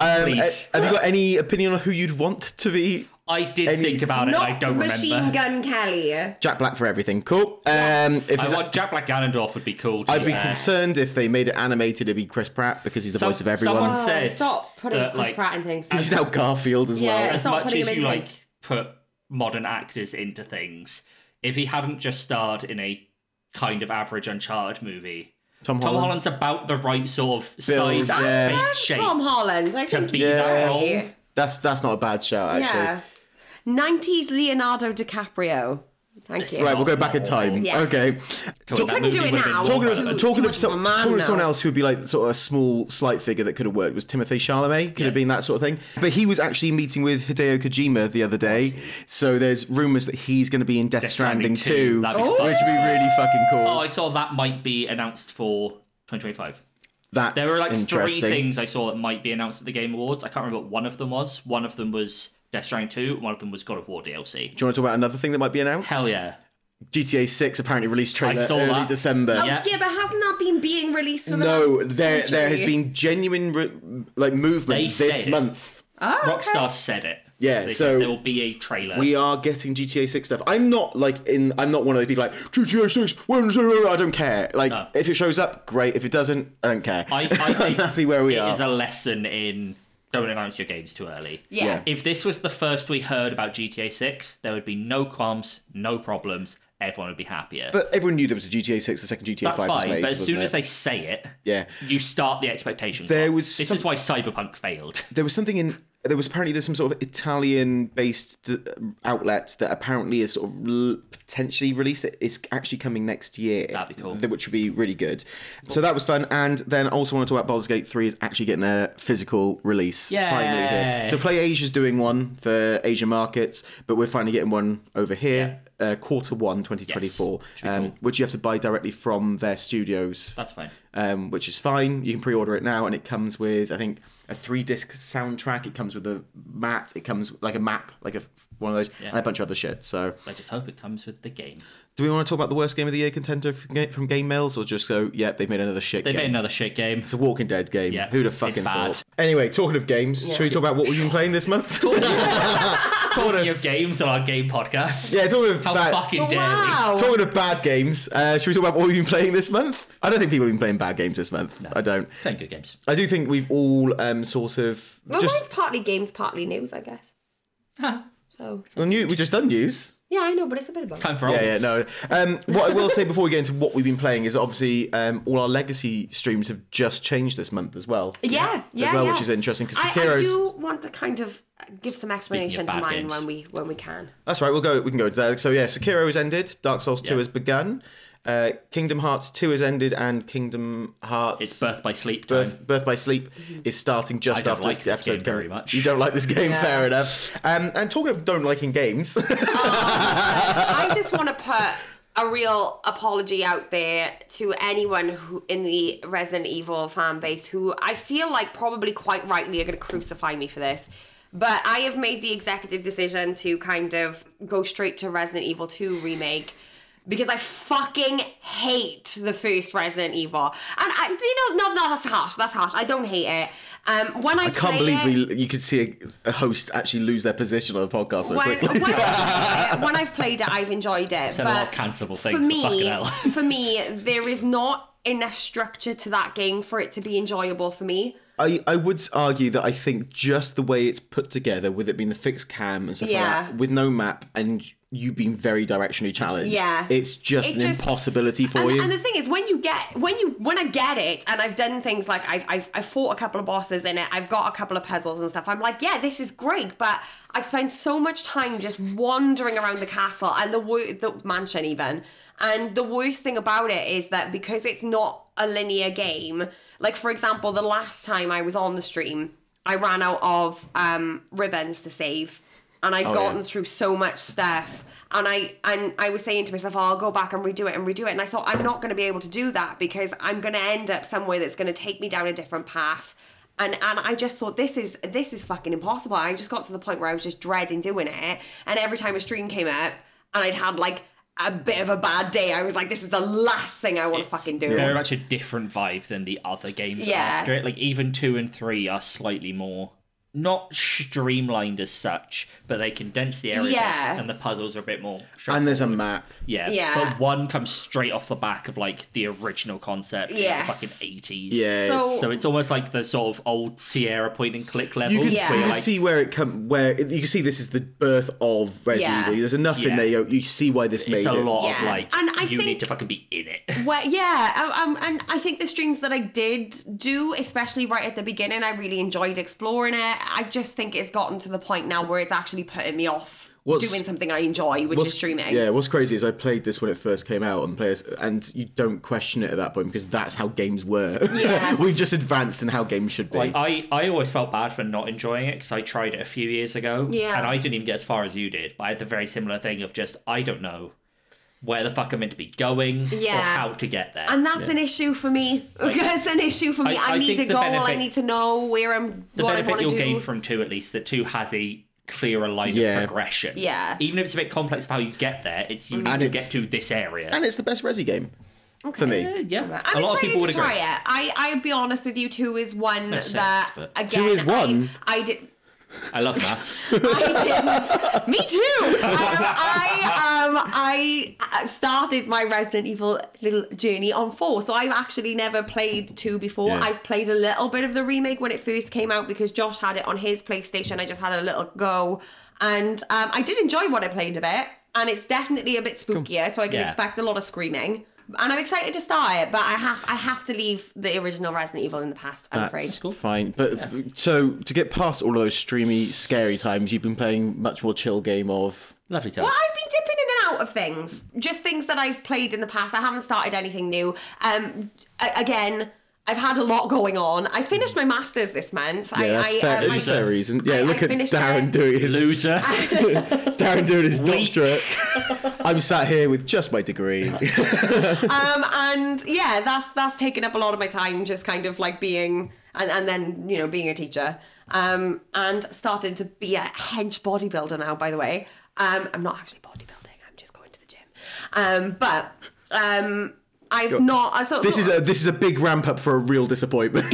Speaker 2: Um,
Speaker 3: Please.
Speaker 2: uh, have you got any opinion on who you'd want to be?
Speaker 3: I did think about it,
Speaker 4: Not
Speaker 3: I don't
Speaker 4: Machine
Speaker 3: remember.
Speaker 4: Gun Kelly.
Speaker 2: Jack Black for everything. Cool. Um, if
Speaker 3: I
Speaker 2: it's-
Speaker 3: want Jack Black Ganondorf would be cool. To
Speaker 2: I'd be
Speaker 3: there.
Speaker 2: concerned if they made it animated. It'd be Chris Pratt because he's the
Speaker 3: Some-
Speaker 2: voice of everyone.
Speaker 3: someone said- Said
Speaker 4: Oh, stop putting
Speaker 3: that,
Speaker 4: Chris
Speaker 3: like-
Speaker 4: Pratt in things.
Speaker 2: He's now Garfield as well.
Speaker 4: Yeah.
Speaker 3: As
Speaker 4: Stop
Speaker 3: much
Speaker 4: putting
Speaker 3: as
Speaker 4: him in
Speaker 3: you, like,
Speaker 4: things.
Speaker 3: put modern actors into things, if he hadn't just starred in a kind of average Uncharted movie,
Speaker 2: Tom
Speaker 3: Tom
Speaker 2: Holland.
Speaker 3: Holland's about the right sort of
Speaker 2: Build,
Speaker 3: size
Speaker 2: yeah.
Speaker 3: and face shape
Speaker 4: Tom Holland. I
Speaker 3: to
Speaker 4: think
Speaker 3: be
Speaker 4: he's
Speaker 3: that
Speaker 2: Yeah.
Speaker 3: role.
Speaker 4: great.
Speaker 2: That's that's not a bad shout actually.
Speaker 4: Yeah. 90s Leonardo DiCaprio. Thank you.
Speaker 2: Right, we'll go back
Speaker 3: Oh,
Speaker 2: in time.
Speaker 4: Yeah.
Speaker 2: Okay.
Speaker 3: Talking
Speaker 2: Talk-
Speaker 3: about
Speaker 4: Couldn't do
Speaker 3: movie
Speaker 4: it
Speaker 3: would've been
Speaker 4: now.
Speaker 3: more
Speaker 2: Talking
Speaker 3: relevant.
Speaker 2: of, talking of,
Speaker 4: Too
Speaker 2: some,
Speaker 4: much of a man
Speaker 2: talking of
Speaker 4: now.
Speaker 2: someone else who'd be like sort of a small, slight figure that could have worked was Timothy Chalamet. Could
Speaker 3: Yeah.
Speaker 2: have been that sort of thing. But he was actually meeting with Hideo Kojima the other day. So there's rumours that he's going to be in Death, Stranding,
Speaker 3: Stranding
Speaker 2: 2,
Speaker 3: 2, that'd be fun.
Speaker 2: which would be really fucking cool.
Speaker 3: Oh, I saw that might be announced for 2025.
Speaker 2: That's
Speaker 3: There were like three
Speaker 2: interesting.
Speaker 3: things I saw that might be announced at the Game Awards. I can't remember what one of them was. One of them was Death Stranding 2, one of them was God of War DLC.
Speaker 2: Do you want to talk about another thing that might be announced?
Speaker 3: Hell yeah.
Speaker 2: GTA 6 apparently released trailer
Speaker 3: I saw
Speaker 2: early
Speaker 3: that.
Speaker 2: December.
Speaker 4: Oh,
Speaker 3: Yeah.
Speaker 4: yeah. but haven't that been being released for the
Speaker 2: No,
Speaker 4: last
Speaker 2: there there has
Speaker 4: century?
Speaker 2: been genuine re- like movement
Speaker 3: They
Speaker 2: this
Speaker 3: said-
Speaker 2: month.
Speaker 4: Oh, okay.
Speaker 3: Rockstar said it.
Speaker 2: Yeah,
Speaker 3: They
Speaker 2: so-
Speaker 3: said there will be a trailer.
Speaker 2: We are getting GTA 6 stuff. I'm not like in. I'm not one of those people like GTA 6. When's it? I don't care. Like
Speaker 3: No.
Speaker 2: if it shows up, great. If it doesn't, I don't care.
Speaker 3: I, I
Speaker 2: am
Speaker 3: think
Speaker 2: happy where we
Speaker 3: it
Speaker 2: are.
Speaker 3: is a lesson in don't announce your games too early.
Speaker 4: Yeah.
Speaker 2: Yeah.
Speaker 3: If this was the first we heard about GTA 6, there would be no qualms, no problems. Everyone would be happier.
Speaker 2: but everyone knew there was a GTA 6. The second GTA
Speaker 3: That's
Speaker 2: 5 was
Speaker 3: fine.
Speaker 2: made.
Speaker 3: But as
Speaker 2: wasn't
Speaker 3: soon
Speaker 2: it?
Speaker 3: as they say it,
Speaker 2: yeah,
Speaker 3: you start the expectation.
Speaker 2: There
Speaker 3: clock.
Speaker 2: was
Speaker 3: This
Speaker 2: some-
Speaker 3: is why Cyberpunk failed.
Speaker 2: there was something in. There was apparently there's some sort of Italian-based d- outlet that apparently is sort of l- potentially released. It. It's actually coming next year.
Speaker 3: That'd be cool.
Speaker 2: th- Which would be really good. So that was fun. And then also want to talk about Baldur's Gate 3 is actually getting a physical release. Finally here.
Speaker 3: Yay.
Speaker 2: So Play Asia's doing one for Asian markets, but we're finally getting one over here. Uh, quarter one 2024
Speaker 3: Yes. Should be
Speaker 2: um,
Speaker 3: cool.
Speaker 2: which you have to buy directly from their studios
Speaker 3: That's fine.
Speaker 2: um, which is fine. You can pre-order it now, and it comes with I think a three-disc soundtrack. It comes with a mat. It comes like a map, like a one of those, and a bunch of other shit. So,
Speaker 3: I just hope it comes with the game.
Speaker 2: do we want to talk about the worst game of the year contender from Ga- from Game Mills, or just go, yep, they've made another shit
Speaker 3: They
Speaker 2: game?
Speaker 3: made another shit game.
Speaker 2: it's a Walking Dead game.
Speaker 3: Yeah,
Speaker 2: Who'd have
Speaker 3: it's
Speaker 2: fucking
Speaker 3: bad.
Speaker 2: thought? Anyway, talking of games, should we talk about what we've been playing this month?
Speaker 3: Talking
Speaker 2: us.
Speaker 3: of games on our game podcast.
Speaker 2: yeah, talking of
Speaker 3: How
Speaker 2: bad.
Speaker 3: fucking dare we?
Speaker 4: Wow.
Speaker 2: Talking of bad games, uh, should we talk about what we've been playing this month? I don't think people have been playing bad games this month. I don't.
Speaker 3: Playing good games.
Speaker 2: I do think we've all um, sort of
Speaker 4: Well,
Speaker 2: just
Speaker 4: mine's partly games, partly news, I guess. so
Speaker 2: Well, new, we just done news.
Speaker 4: yeah, I know, but it's a bit of both.
Speaker 3: Time for
Speaker 2: Yeah,
Speaker 3: all.
Speaker 2: yeah, no. Um, what I will say before we get into what we've been playing is obviously um, all our legacy streams have just changed this month as well.
Speaker 4: Yeah, yeah,
Speaker 2: as well,
Speaker 4: yeah.
Speaker 2: which is interesting because
Speaker 4: I, I
Speaker 2: Sekiro's.
Speaker 4: do want to kind of give some explanation for
Speaker 3: bad
Speaker 4: mine
Speaker 3: games.
Speaker 4: when we when we can.
Speaker 2: That's right. We'll go. We can go into that. So yeah, Sekiro has ended. Dark Souls Two
Speaker 3: Yeah.
Speaker 2: has begun. Uh, Kingdom Hearts Two has ended, and Kingdom Hearts
Speaker 3: It's Birth by Sleep time.
Speaker 2: Birth, Birth by Sleep is starting just
Speaker 3: I don't
Speaker 2: after
Speaker 3: like
Speaker 2: this
Speaker 3: this
Speaker 2: episode.
Speaker 3: game very
Speaker 2: comes-
Speaker 3: much.
Speaker 2: You don't like this game, fair enough. Um, and talking of don't liking games,
Speaker 4: I just want to put a real apology out there to anyone who in the Resident Evil fan base who I feel like probably quite rightly are going to crucify me for this. But I have made the executive decision to kind of go straight to Resident Evil 2 remake because I fucking hate the first Resident Evil. And I do you know no no that's harsh, that's harsh. I don't hate it. Um when I,
Speaker 2: I can't
Speaker 4: play
Speaker 2: believe
Speaker 4: it,
Speaker 2: we, you could see a, a host actually lose their position on the podcast so
Speaker 4: when,
Speaker 2: quickly.
Speaker 4: when, I've, when I've played it, I've enjoyed it.
Speaker 3: Said a
Speaker 4: but
Speaker 3: lot of cancelable things, but
Speaker 4: For me,
Speaker 3: fucking hell.
Speaker 4: for me, there is not enough structure to that game for it to be enjoyable for me.
Speaker 2: I, I would argue that I think just the way it's put together, with it being the fixed cam and stuff
Speaker 4: Yeah.
Speaker 2: like that, with no map and you being very directionally challenged,
Speaker 4: Yeah.
Speaker 2: it's just
Speaker 4: It
Speaker 2: an
Speaker 4: just-
Speaker 2: impossibility for
Speaker 4: and,
Speaker 2: you.
Speaker 4: and the thing is, when you get when you when I get it, and I've done things like I've, I've I've fought a couple of bosses in it, I've got a couple of puzzles and stuff. I'm like, yeah, this is great, but I spend so much time just wandering around the castle and the wor- the mansion even. And the worst thing about it is that because it's not a linear game, like for example, the last time I was on the stream, I ran out of um, ribbons to save, and I'd
Speaker 2: Oh,
Speaker 4: gotten
Speaker 2: yeah.
Speaker 4: through so much stuff and I and I was saying to myself, oh, I'll go back and redo it and redo it. And I thought I'm not going to be able to do that because I'm going to end up somewhere that's going to take me down a different path. And and I just thought this is this is fucking impossible. I just got to the point where I was just dreading doing it. And every time a stream came up and I'd had like a bit of a bad day, I was like, this is the last thing I want to fucking do.
Speaker 3: Very much a different vibe than the other games
Speaker 4: Yeah.
Speaker 3: after it. Like even two and three are slightly more not streamlined as such, but they condense the area
Speaker 4: Yeah.
Speaker 3: and the puzzles are a bit more.
Speaker 2: and there's a map.
Speaker 3: yeah,
Speaker 4: Yeah.
Speaker 3: But one comes straight off the back of like the original concept. Yeah,
Speaker 4: Yes.
Speaker 3: fucking eighties.
Speaker 2: Yeah.
Speaker 4: So-
Speaker 3: So it's almost like the sort of old Sierra point and click level.
Speaker 2: You can,
Speaker 4: Yeah.
Speaker 2: you
Speaker 3: where
Speaker 2: can
Speaker 3: you're like,
Speaker 2: see where it come where you can see this is the birth of Resident
Speaker 4: Yeah.
Speaker 2: Evil. There's enough in
Speaker 3: Yeah.
Speaker 2: there. You, you see why this made
Speaker 3: it's a
Speaker 2: it.
Speaker 3: lot of
Speaker 4: Yeah.
Speaker 3: like
Speaker 4: And I
Speaker 3: you
Speaker 4: think-
Speaker 3: need to fucking be in it.
Speaker 4: Well, yeah, um, and I think the streams that I did do, especially right at the beginning, I really enjoyed exploring it. I just think it's gotten to the point now where it's actually putting me off
Speaker 2: What's-
Speaker 4: doing something I enjoy, which is
Speaker 2: What's-
Speaker 4: streaming.
Speaker 2: Yeah, what's crazy is I played this when it first came out on players, and you don't question it at that point because that's how games were.
Speaker 4: Yeah.
Speaker 2: We've just advanced in how games should be.
Speaker 3: Like uh, I, I always felt bad for not enjoying it because I tried it a few years ago.
Speaker 4: Yeah.
Speaker 3: And I didn't even get as far as you did. But I had the very similar thing of just I don't know where the fuck I'm meant to be going or
Speaker 4: Yeah.
Speaker 3: how to get there.
Speaker 4: And that's an issue for me. That's an issue for me.
Speaker 3: I-
Speaker 4: I,
Speaker 3: I
Speaker 4: need
Speaker 3: think
Speaker 4: a
Speaker 3: the
Speaker 4: goal. I
Speaker 3: benefit-
Speaker 4: need to know where I'm,
Speaker 3: the
Speaker 4: what I
Speaker 3: benefit
Speaker 4: want to
Speaker 3: you'll
Speaker 4: do.
Speaker 3: gain from two at least that two has a clearer line
Speaker 2: Yeah.
Speaker 3: of progression.
Speaker 4: Yeah. Mm-hmm.
Speaker 3: Even if it's a bit complex of how you get there, it's you need
Speaker 2: And
Speaker 3: to
Speaker 2: it's-
Speaker 3: get to this area.
Speaker 2: and it's the best Resi game for me.
Speaker 3: uh, yeah.
Speaker 4: I'm
Speaker 3: a lot of
Speaker 4: excited
Speaker 3: people would
Speaker 4: to try
Speaker 3: agree.
Speaker 4: it. I I'll be honest with you. Two is one
Speaker 3: no sense,
Speaker 4: that
Speaker 3: but-
Speaker 4: again.
Speaker 2: Two is one?
Speaker 4: I, I did.
Speaker 3: I love maths.
Speaker 4: I did. Me too. I, um, I, um, I started my Resident Evil little journey on four, so I've actually never played two before.
Speaker 2: Yeah.
Speaker 4: I've played a little bit of the remake when it first came out because Josh had it on his PlayStation. I just had a little go, and um, I did enjoy what I played a bit. And it's definitely a bit spookier, so I can
Speaker 3: Yeah.
Speaker 4: expect a lot of screaming. And I'm excited to start it, but I have I have to leave the original Resident Evil in the past. I'm afraid.
Speaker 2: That's fine. But so to get past all of those streamy, scary times, you've been playing much more chill game of.
Speaker 3: Lovely time.
Speaker 4: Well, I've been dipping in and out of things, just things that I've played in the past. I haven't started anything new. Um, a- again, I've had a lot going on. I finished my masters this month. I,
Speaker 2: Yeah, that's
Speaker 4: I,
Speaker 2: fair.
Speaker 4: um,
Speaker 2: it's
Speaker 4: I-
Speaker 2: a fair reason. Yeah,
Speaker 4: I- I
Speaker 2: look at
Speaker 4: finished um,
Speaker 2: Darren
Speaker 4: it.
Speaker 2: doing his
Speaker 3: Loser.
Speaker 2: Darren doing his
Speaker 3: Weak.
Speaker 2: doctorate. I'm sat here with just my degree.
Speaker 4: um, and yeah, that's that's taken up a lot of my time, just kind of like being and and then you know being a teacher. Um, and started to be a hedge bodybuilder now. By the way, um, I'm not actually bodybuilding. I'm just going to the gym. Um, but um, I've not. uh, I sort-
Speaker 2: this
Speaker 4: sort-
Speaker 2: is a this is a big ramp up for a real disappointment.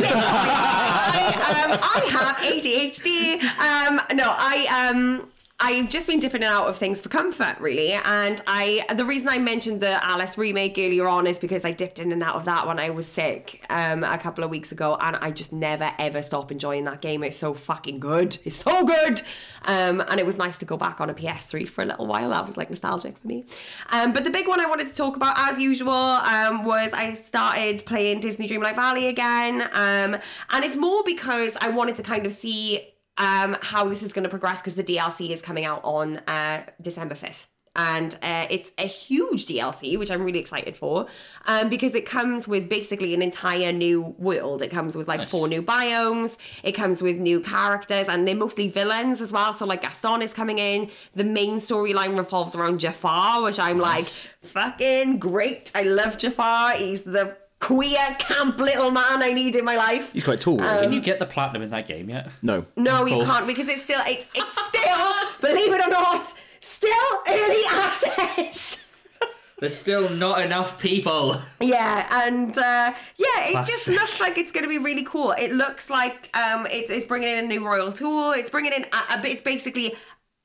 Speaker 4: I, um, I have ADHD. Um, no, I um, I've just been dipping in and out of things for comfort, really. And I, the reason I mentioned the Alice remake earlier on is because I dipped in and out of that when I was sick um, a couple of weeks ago, and I just never ever stop enjoying that game. It's so fucking good. It's so good. Um, and it was nice to go back on a PS3 for a little while. That was like nostalgic for me. Um, but the big one I wanted to talk about, as usual, um, was I started playing Disney Dreamlight Valley again. Um, and it's more because I wanted to kind of see um, how this is going to progress because the DLC is coming out on uh, December 5th. And uh, it's a huge DLC, which I'm really excited for, um, because it comes with basically an entire new world. It comes with like four new biomes, it comes with new characters, and they're mostly villains as well. So, like, Gaston is coming in. The main storyline revolves around Jafar, which I'm like, fucking great. I love Jafar. He's the queer camp little man I need in my life.
Speaker 2: He's quite tall.
Speaker 3: Can
Speaker 4: Um,
Speaker 3: you get the platinum in that game yet?
Speaker 2: no.
Speaker 4: No, you
Speaker 3: Cool.
Speaker 4: can't because it's still it's, it's still believe it or not still early access.
Speaker 3: There's still not enough people.
Speaker 4: yeah, and uh, yeah, it just
Speaker 3: Classic.
Speaker 4: looks like it's going to be really cool. It looks like um, it's it's bringing in a new royal tool. It's bringing in a, a bit. It's basically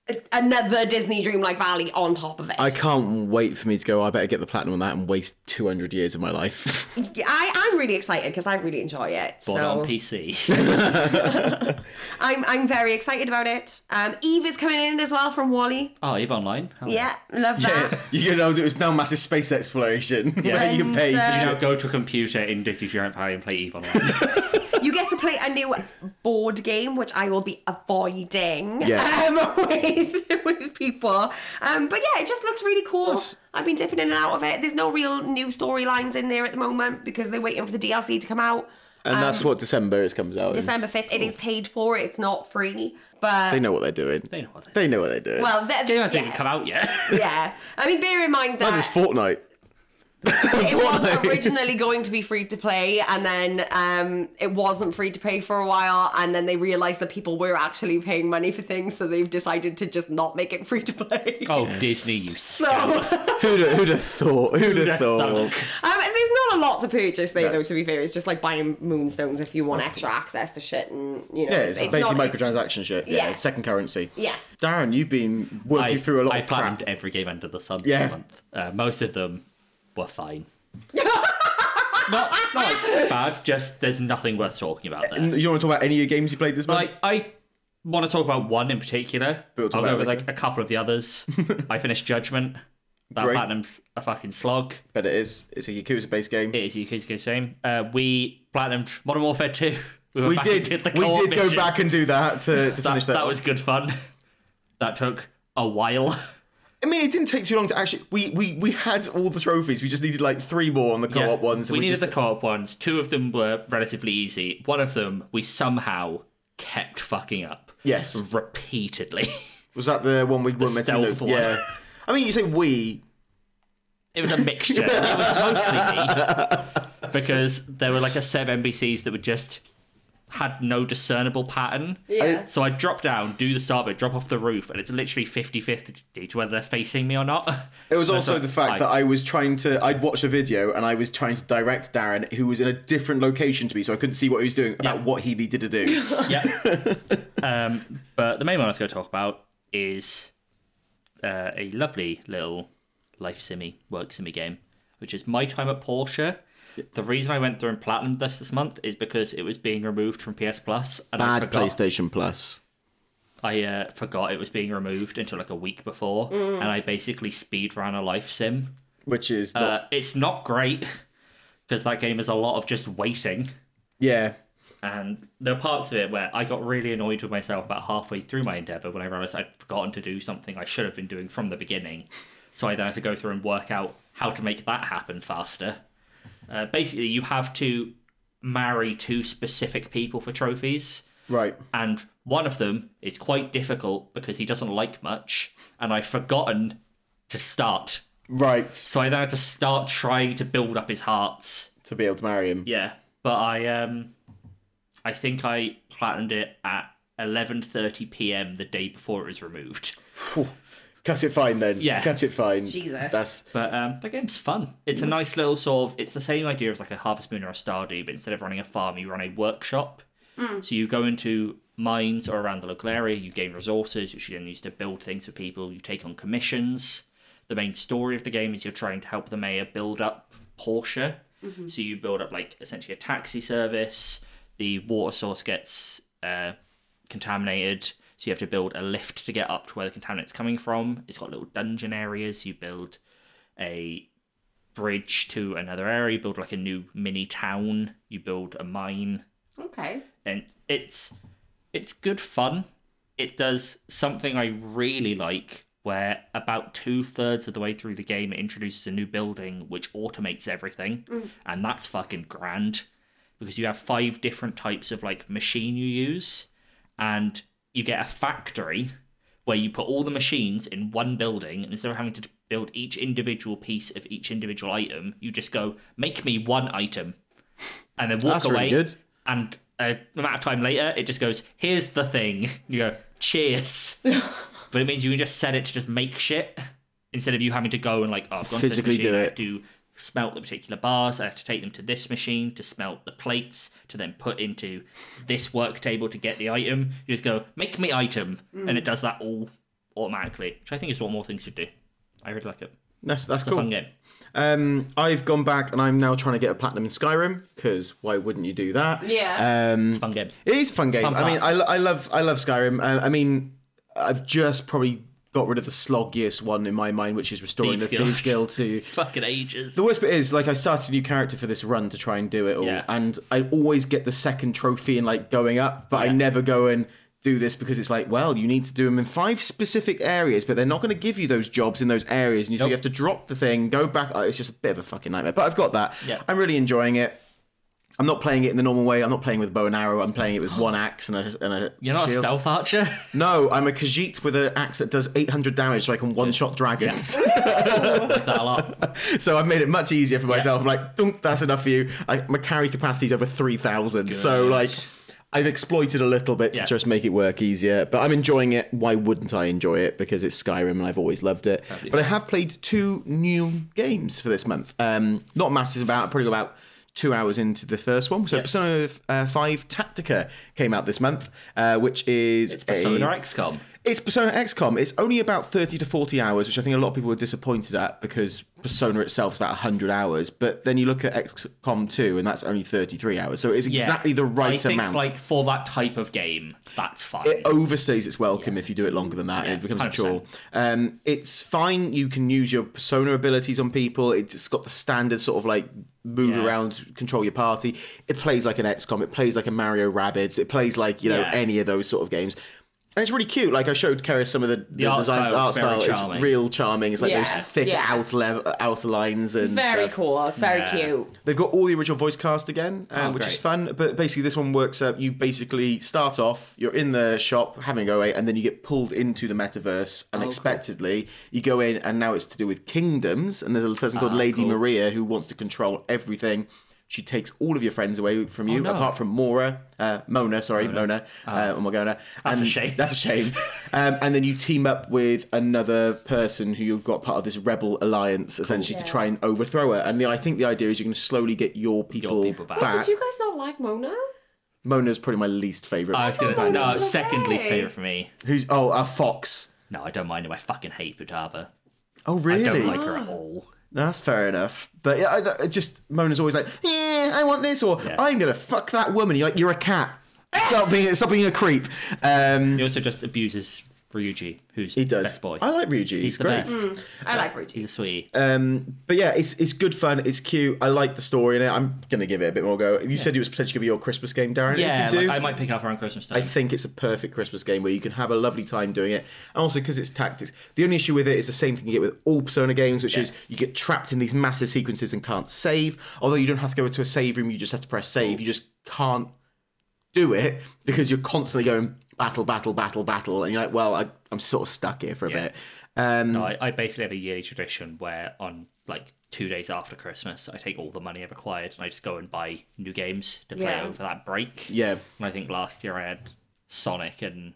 Speaker 4: a- another Disney Dreamlike Valley on top of it.
Speaker 2: I can't wait for me to go. "Oh, I better get the platinum on that and waste 200 years of my life.
Speaker 4: I, I'm really excited because I really enjoy it.
Speaker 3: But
Speaker 4: so
Speaker 3: on PC.
Speaker 4: I'm I'm very excited about it. Um, Eve is coming in as well from Wally.
Speaker 3: oh, Eve Online. Hello.
Speaker 4: Yeah, love that.
Speaker 2: you know, it's now massive space exploration. Yeah, you can pay.
Speaker 4: And, uh,
Speaker 2: For
Speaker 3: You
Speaker 2: shit.
Speaker 3: now go to a computer in Disney Giant Valley and play Eve Online.
Speaker 4: You get to play a new board game, which I will be avoiding
Speaker 2: Yeah.
Speaker 4: um, with, with people. Um, but yeah, it just looks really cool. I've been dipping in and out of it. There's no real new storylines in there at the moment because they're waiting for the DLC to come out.
Speaker 2: and that's what December it comes out. in.
Speaker 4: um, December 5th, it is paid for, it's not free. But
Speaker 2: They know what they're doing.
Speaker 3: they know what they're
Speaker 2: They know what they're doing.
Speaker 4: well, that,
Speaker 3: Game hasn't even
Speaker 4: yeah,
Speaker 3: come out yet.
Speaker 4: yeah. I mean, bear in mind
Speaker 2: that is
Speaker 4: that
Speaker 2: Fortnite.
Speaker 4: it was
Speaker 2: Fortnite.
Speaker 4: originally going to be free to play, and then um, it wasn't free to play for a while, and then they realized that people were actually paying money for things, so they've decided to just not make it free to play.
Speaker 3: oh, Disney, you
Speaker 4: So
Speaker 3: scum.
Speaker 4: um,
Speaker 2: Who'd have, who'd have thought? Who'd have thought?
Speaker 4: there's not a lot to purchase there,
Speaker 2: Yes.
Speaker 4: though. To be fair, it's just like buying moonstones if you want extra access to shit, and you know,
Speaker 2: Yeah, it's, basically
Speaker 4: not-
Speaker 2: microtransaction shit. Yeah,
Speaker 4: Yeah.
Speaker 2: second currency.
Speaker 4: Yeah.
Speaker 2: Darren, you've been working through a lot
Speaker 3: I
Speaker 2: of crap.
Speaker 3: planned every game under the sun
Speaker 2: Yeah.
Speaker 3: this month. Uh, most of them were fine. not, not bad, just there's nothing worth talking about there.
Speaker 2: You want to talk about any of your games you played this month?
Speaker 3: Like, I want to talk about one in particular.
Speaker 2: But we'll talk
Speaker 3: I'll go
Speaker 2: about
Speaker 3: with
Speaker 2: it later.
Speaker 3: like a couple of the others. I finished Judgment. That
Speaker 2: Great.
Speaker 3: platinum's a fucking slog.
Speaker 2: but it is. It's a Yakuza-based game.
Speaker 3: It is Yakuza Shame. Uh, we platinumed Modern Warfare 2. We, went
Speaker 2: we
Speaker 3: back and
Speaker 2: did. we
Speaker 3: co-op
Speaker 2: did go
Speaker 3: mission.
Speaker 2: back and do that to, to
Speaker 3: that,
Speaker 2: finish that.
Speaker 3: that
Speaker 2: off.
Speaker 3: was good fun. That took a while.
Speaker 2: I mean, it didn't take too long to actually. We we, we had all the trophies. We just needed like three more on the
Speaker 3: Yeah.
Speaker 2: co-op ones. And
Speaker 3: we
Speaker 2: we,
Speaker 3: needed
Speaker 2: just
Speaker 3: the co-op ones. Two of them were relatively easy. One of them we somehow kept fucking up
Speaker 2: yes.
Speaker 3: repeatedly.
Speaker 2: Was that the one we weren't meant to?
Speaker 3: stealth
Speaker 2: do?
Speaker 3: one.
Speaker 2: Yeah. I mean, you say we.
Speaker 3: It was a mixture. it was mostly me because there were like a set of NPCs that would just had no discernible pattern.
Speaker 4: Yeah.
Speaker 3: So I drop down, do the start bit, drop off the roof, and it's literally 50 50 to whether they're facing me or not.
Speaker 2: It was also
Speaker 3: not-
Speaker 2: the fact
Speaker 3: I-
Speaker 2: that I was trying to. I'd watched a video and I was trying to direct Darren, who was in a different location to me, so I couldn't see what he was doing about
Speaker 3: Yeah.
Speaker 2: what he needed to do.
Speaker 3: yeah. um, but the main one I was going to talk about is uh, a lovely little life simmy, work simmy game, which is My Time at Porsche. The reason I went through and platinum this this month is because it was being removed from PS Plus, and I
Speaker 2: Bad
Speaker 3: forgot.
Speaker 2: PlayStation Plus.
Speaker 3: I uh, forgot it was being removed until like a week before, and I basically speed ran a life sim.
Speaker 2: Which is. Not,
Speaker 3: Uh, it's not great because that game is a lot of just waiting.
Speaker 2: yeah.
Speaker 3: And there are parts of it where I got really annoyed with myself about halfway through my endeavor when I realized I'd forgotten to do something I should have been doing from the beginning. So I then had to go through and work out how to make that happen faster. Uh, basically, you have to marry two specific people for trophies.
Speaker 2: Right.
Speaker 3: And one of them is quite difficult because he doesn't like much. And I've forgotten to start.
Speaker 2: Right.
Speaker 3: So I then had to start trying to build up his heart.
Speaker 2: To be able to marry him.
Speaker 3: Yeah, but I um, I think I platinumed it at eleven thirty p.m. the day before it was removed.
Speaker 2: Cut it fine then.
Speaker 3: Yeah.
Speaker 2: Cut it fine.
Speaker 4: Jesus.
Speaker 2: That's.
Speaker 3: But um, that game's fun. It's a nice little sort of. It's the same idea as like a Harvest Moon or a Stardew, but instead of running a farm, you run a workshop. So you go into mines or around the local area. You gain resources, which you then use to build things for people. You take on commissions. The main story of the game is you're trying to help the mayor build up Porsche. So you build up like essentially a taxi service. The water source gets uh, contaminated. So you have to build a lift to get up to where the contaminant's coming from. It's got little dungeon areas. You build a bridge to another area. You build like a new mini town. You build a mine,
Speaker 4: Okay.
Speaker 3: and it's it's good fun. It does something I really like, where about two thirds of the way through the game, it introduces a new building which automates everything, and that's fucking grand because you have five different types of like machine you use, and you get a factory where you put all the machines in one building, and instead of having to build each individual piece of each individual item, you just go make me one item, and then walk
Speaker 2: That's really
Speaker 3: away.
Speaker 2: good.
Speaker 3: And a amount of time later, it just goes, "Here's the thing." You go, "Cheers," but it means you can just set it to just make shit instead of you having to go and like, "Oh, I've gone
Speaker 2: Physically
Speaker 3: to this machine,
Speaker 2: do
Speaker 3: I have
Speaker 2: it.
Speaker 3: to smelt the particular bars. I have to take them to this machine to smelt the plates to then put into this work table to get the item. You just go, make me item, and it does that all automatically, which I think is what more things should do. I really like it.
Speaker 2: That's, that's
Speaker 3: It's a fun
Speaker 2: cool.
Speaker 3: game.
Speaker 2: Um, I've gone back and I'm now trying to get a platinum in Skyrim because why wouldn't you do that?
Speaker 4: Yeah.
Speaker 2: Um,
Speaker 3: It's a fun game.
Speaker 2: It is a fun game.
Speaker 3: fun
Speaker 2: I mean, I,
Speaker 3: part.
Speaker 2: lo- I love I love Skyrim. Uh, I mean, I've just probably got rid of the sloggiest one in my mind, which is restoring
Speaker 3: Thieves
Speaker 2: the
Speaker 3: Guild.
Speaker 2: Thieves Guild to.
Speaker 3: It's fucking ages.
Speaker 2: The worst bit is, like, I started a new character for this run to try and do it all,
Speaker 3: Yeah.
Speaker 2: and I always get the second trophy and like going up, but I
Speaker 3: Yeah.
Speaker 2: never go and do this because it's like, well, you need to do them in five specific areas, but they're not going to give you those jobs in those areas, and so you
Speaker 3: Nope.
Speaker 2: have to drop the thing, go back. Oh, it's just a bit of a fucking nightmare, but I've got that.
Speaker 3: Yeah.
Speaker 2: I'm really enjoying it. I'm not playing it in the normal way. I'm not playing with bow and arrow. I'm playing it with one axe and a and a.
Speaker 3: You're not
Speaker 2: shield.
Speaker 3: a stealth archer.
Speaker 2: No, I'm a Khajiit with an axe that does 800 damage, so I can one shot dragons.
Speaker 3: like that a lot.
Speaker 2: so I've made it much easier for myself. I'm like, Dunk, that's enough for you. I, my carry capacity's over 3,000. So
Speaker 3: Good.
Speaker 2: like, I've exploited a little bit
Speaker 3: Yeah.
Speaker 2: to just make it work easier. But I'm enjoying it. Why wouldn't I enjoy it? Because it's Skyrim and I've always loved it. But I have played two new games for this month. Um, not masses about. Probably about. Two hours into the first one, so Persona uh, Five Tactica came out this month, uh, which is
Speaker 3: It's Persona
Speaker 2: a-
Speaker 3: XCOM.
Speaker 2: it's Persona XCOM. It's only about 30 to 40 hours, which I think a lot of people were disappointed at because Persona itself is about 100 hours. But then you look at XCOM 2, and that's only 33 hours. So it's
Speaker 3: Yeah.
Speaker 2: exactly the
Speaker 3: I
Speaker 2: right
Speaker 3: think,
Speaker 2: amount.
Speaker 3: Like for that type of game, that's fine.
Speaker 2: it overstays its welcome if you do it longer than that, and it becomes a
Speaker 3: 100%.
Speaker 2: chore. Um, it's fine. You can use your persona abilities on people. It's got the standard sort of like move
Speaker 3: Yeah.
Speaker 2: around, control your party. It plays like an XCOM. It plays like a Mario Rabbids. It plays like you know
Speaker 3: Yeah.
Speaker 2: any of those sort of games. And it's really cute. Like I showed Keris some of the, the,
Speaker 3: art
Speaker 2: designs.
Speaker 3: style
Speaker 2: art
Speaker 3: is very
Speaker 2: style is
Speaker 3: charming.
Speaker 2: real charming. It's like
Speaker 4: Yeah,
Speaker 2: those thick
Speaker 4: yeah.
Speaker 2: outer level, outer lines and
Speaker 4: Very
Speaker 2: stuff.
Speaker 4: cool. It's very
Speaker 3: Yeah.
Speaker 4: cute.
Speaker 2: They've got all the original voice cast again, um,
Speaker 3: Oh,
Speaker 2: which is
Speaker 3: great.
Speaker 2: fun. But basically, this one works up. You basically start off, you're in the shop having a go away, and then you get pulled into the
Speaker 3: Oh,
Speaker 2: metaverse unexpectedly. You go in, and now it's to do with kingdoms, and there's a person called Lady
Speaker 3: Ah, cool.
Speaker 2: Maria who wants to control everything. She takes all of your friends away from you,
Speaker 3: Oh, no. Ah.
Speaker 2: apart from Mora, uh, Mona, sorry, Mona, uh, oh my god,
Speaker 3: That's a
Speaker 2: and
Speaker 3: shame.
Speaker 2: That's a shame. um, and then you team up with another person who you've got part of this rebel alliance, essentially, to
Speaker 4: Yeah.
Speaker 2: try and overthrow her. And the, I think the idea is you're going to slowly get your people,
Speaker 3: people back.
Speaker 2: back.
Speaker 4: Did you guys not like Mona?
Speaker 2: Mona's probably my least favorite.
Speaker 3: I was
Speaker 2: Oh,
Speaker 3: gonna no
Speaker 4: was
Speaker 3: second least
Speaker 4: okay.
Speaker 3: favorite for me.
Speaker 2: Who's oh, uh, Fox.
Speaker 3: No, I don't mind him. I fucking hate Futaba.
Speaker 2: Oh,
Speaker 3: I
Speaker 2: really?
Speaker 3: don't like her at all.
Speaker 2: That's fair enough. But yeah, I, I just Mona's always like, yeah, I want this, or
Speaker 3: Yeah.
Speaker 2: I'm gonna fuck that woman. You're like, you're a cat. Stop being, stop being a creep. Um,
Speaker 3: He also just abuses Ryuji, who's
Speaker 2: he does.
Speaker 3: best boy.
Speaker 2: I like Ryuji.
Speaker 3: He's the
Speaker 2: great. Uh,
Speaker 3: best.
Speaker 4: I like Richie.
Speaker 3: He's a sweetie.
Speaker 2: But yeah, it's it's good fun. It's cute. I like the story in it. I'm gonna give it a bit more go. You said it was potentially gonna be your Christmas game, Darren. If
Speaker 3: yeah,
Speaker 2: you
Speaker 3: like,
Speaker 2: do,
Speaker 3: I might pick up around Christmas time.
Speaker 2: I think it's a perfect Christmas game where you can have a lovely time doing it. And also because it's tactics. The only issue with it is the same thing you get with all Persona games, which is you get trapped in these massive sequences and can't save. Although you don't have to go into a save room, you just have to press save. You just can't do it because you're constantly going battle, battle, battle, battle, and you're like, well, I, I'm sort of stuck here for a bit.
Speaker 3: No, I, I basically have a yearly tradition where on like two days after Christmas, I take all the money I've acquired and I just go and buy new games to play
Speaker 4: Yeah.
Speaker 3: over that break.
Speaker 2: Yeah.
Speaker 3: And I think last year I had Sonic and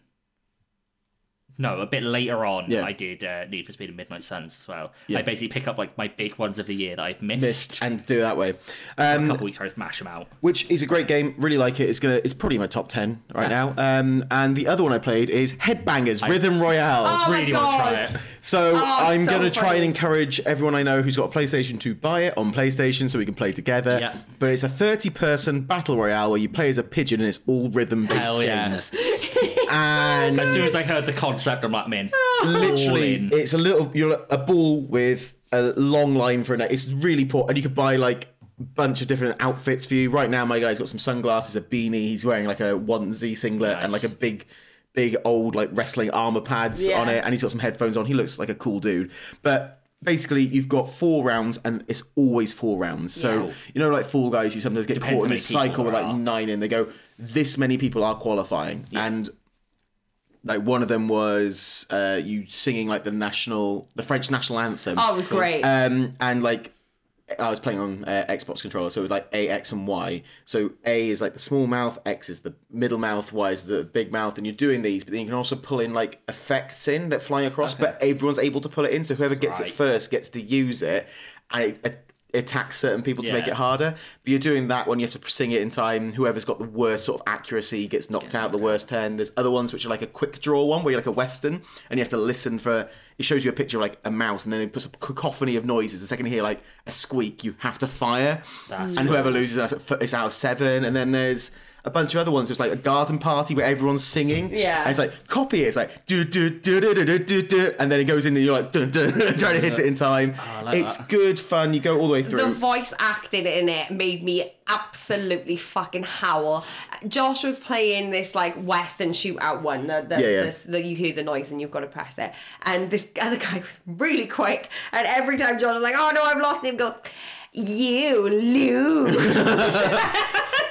Speaker 3: no, a bit later on
Speaker 2: Yeah.
Speaker 3: I did uh, Need for Speed and Midnight Suns as well.
Speaker 2: Yeah.
Speaker 3: I basically pick up like my big ones of the year that I've
Speaker 2: Missed
Speaker 3: missed.
Speaker 2: and do it that way.
Speaker 3: a
Speaker 2: Um,
Speaker 3: couple weeks I just mash them out.
Speaker 2: which is a great game. Really like it. It's gonna. It's probably in my top ten right now. Um, and the other one I played is Headbangers Rhythm Royale.
Speaker 4: Oh my
Speaker 3: really want to try
Speaker 4: God.
Speaker 3: it.
Speaker 2: So I'm
Speaker 4: so
Speaker 2: going to try and
Speaker 4: funny.
Speaker 2: encourage everyone I know who's got a PlayStation to buy it on PlayStation so we can play together.
Speaker 3: Yeah.
Speaker 2: But it's a 30 person battle royale where you play as a pigeon and it's all rhythm based
Speaker 3: Hell yeah.
Speaker 2: games. and
Speaker 3: As soon as I heard the concept, I'm like, man,
Speaker 2: literally,
Speaker 3: in.
Speaker 2: it's a little you're a ball with a long line for a net. It's really poor, and you could buy like a bunch of different outfits for you. Right now, my guy's got some sunglasses, a beanie. He's wearing like a onesie singlet and
Speaker 3: Nice.
Speaker 2: like a big. Big old like wrestling armor pads
Speaker 4: Yeah.
Speaker 2: on it, and he's got some headphones on. He looks like a cool dude. But basically, you've got four rounds, and it's always four rounds. So
Speaker 3: Yeah.
Speaker 2: you know, like Fall Guys, you sometimes get
Speaker 3: Depends
Speaker 2: caught
Speaker 3: how
Speaker 2: in
Speaker 3: many
Speaker 2: this
Speaker 3: people
Speaker 2: cycle with
Speaker 3: there
Speaker 2: like
Speaker 3: are.
Speaker 2: nine in. They go, this many people are qualifying, and like one of them was uh, you singing like the national, the French national anthem.
Speaker 4: Oh, it was great.
Speaker 2: Um, and like I was playing on uh, Xbox controller, so it was like A, X, and Y. So A is like the small mouth, X is the middle mouth, Y is the big mouth, and you're doing these. But then you can also pull in like effects in that fly across, but everyone's able to pull it in. So whoever gets
Speaker 3: Right.
Speaker 2: it first gets to use it, and it, it attacks certain people to make
Speaker 3: Yeah.
Speaker 2: it harder. But you're doing that when you have to sing it in time. Whoever's got the worst sort of accuracy gets knocked out. The worst ten. There's other ones which are like a quick draw one, where you're like a western, and you have to listen for. It shows you a picture of like a mouse, and then it puts a cacophony of noises. The second you hear like a squeak, you have to fire. and whoever loses is out- is out of seven. And then there's. A bunch of other ones. It's like a garden party where everyone's singing.
Speaker 4: Yeah.
Speaker 2: And it's like copy it. It's like do do do do do do do do, and then it goes in and you're like dun, dun, trying to hit it in time.
Speaker 3: Oh, like
Speaker 2: it's
Speaker 3: that.
Speaker 2: good fun. You go all the way through.
Speaker 4: The voice acting in it made me absolutely fucking howl. Josh was playing this like Western shootout one that the,
Speaker 2: Yeah, yeah.
Speaker 4: this- that you hear the noise and you've got to press it. And this other guy was really quick, and every time Josh was like, "Oh no, I've lost him," go. You lose.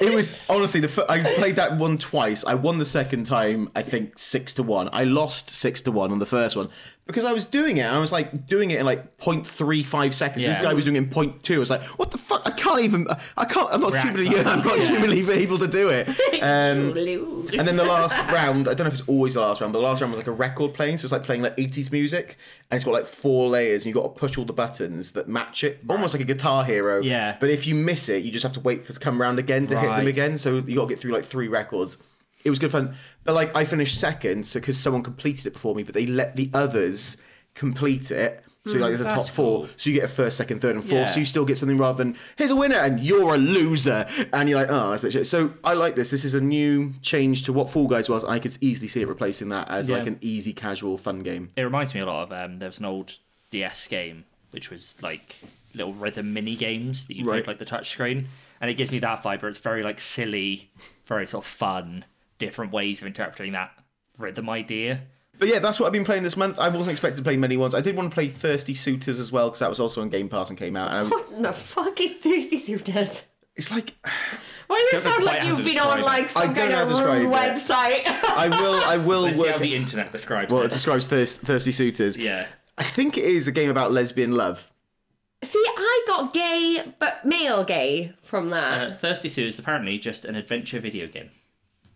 Speaker 2: It was honestly the fir- I played that one twice. I won the second time, I think six to one. I lost six to one on the first one because I was doing it. And I was like doing it in like 0.35 seconds. This
Speaker 3: Yeah.
Speaker 2: guy was doing it in 0.2. I was like, what the fuck? I can't even. I can't. I'm not
Speaker 3: React
Speaker 2: humanly.
Speaker 3: that.
Speaker 2: I'm not humanly able to do it. Um,
Speaker 4: you lose.
Speaker 2: and then the last round, I don't know if it's always the last round, but the last round was like a record playing, so it's like playing like 80s music, and it's got like four layers, and you've got to push all the buttons that match it, almost like a guitar hero.
Speaker 3: Yeah.
Speaker 2: But if you miss it, you just have to wait for it to come round again to hit them
Speaker 3: Right.
Speaker 2: again, so you got to get through like three records. It was good fun. But like, I finished second because someone completed it before me, but they let the others complete it. So like there's a top
Speaker 3: Hmm, that's
Speaker 2: four,
Speaker 3: cool.
Speaker 2: so you get a first, second, third, and fourth.
Speaker 3: Yeah.
Speaker 2: So you still get something rather than here's a winner and you're a loser, and you're like, oh, that's a bit shit. So I like this. This is a new change to what Fall Guys was. I could easily see it replacing that as
Speaker 3: Yeah.
Speaker 2: like an easy, casual, fun game.
Speaker 3: it reminds me a lot of um, there was an old DS game which was like little rhythm mini games that you
Speaker 2: Right.
Speaker 3: played like the touchscreen, and it gives me that vibe. Where it's very like silly, very sort of fun, different ways of interpreting that rhythm idea.
Speaker 2: But yeah, that's what I've been playing this month. I wasn't expecting to play many ones. I did want to play Thirsty Suitors as well because that was also on Game Pass and came out. And I,
Speaker 4: What the fuck is Thirsty Suitors?
Speaker 2: it's like
Speaker 4: Why
Speaker 3: Don't
Speaker 4: does it
Speaker 3: know
Speaker 4: sound
Speaker 3: quite
Speaker 4: like
Speaker 3: how to
Speaker 4: you've been
Speaker 3: describe
Speaker 4: on
Speaker 3: it.
Speaker 4: like
Speaker 2: I
Speaker 4: some
Speaker 2: don't
Speaker 4: kind
Speaker 2: know
Speaker 4: of
Speaker 2: how to
Speaker 4: room
Speaker 2: describe
Speaker 4: website?
Speaker 2: I will, I will
Speaker 3: Let's see how
Speaker 2: work.
Speaker 3: the internet describes
Speaker 2: Well, it
Speaker 3: it.
Speaker 2: describes thirst, Thirsty Suitors.
Speaker 3: Yeah,
Speaker 2: I think it is a game about lesbian love.
Speaker 4: See, I got gay, but male gay from that.
Speaker 3: Uh, Thirsty Sue is apparently just an adventure video game.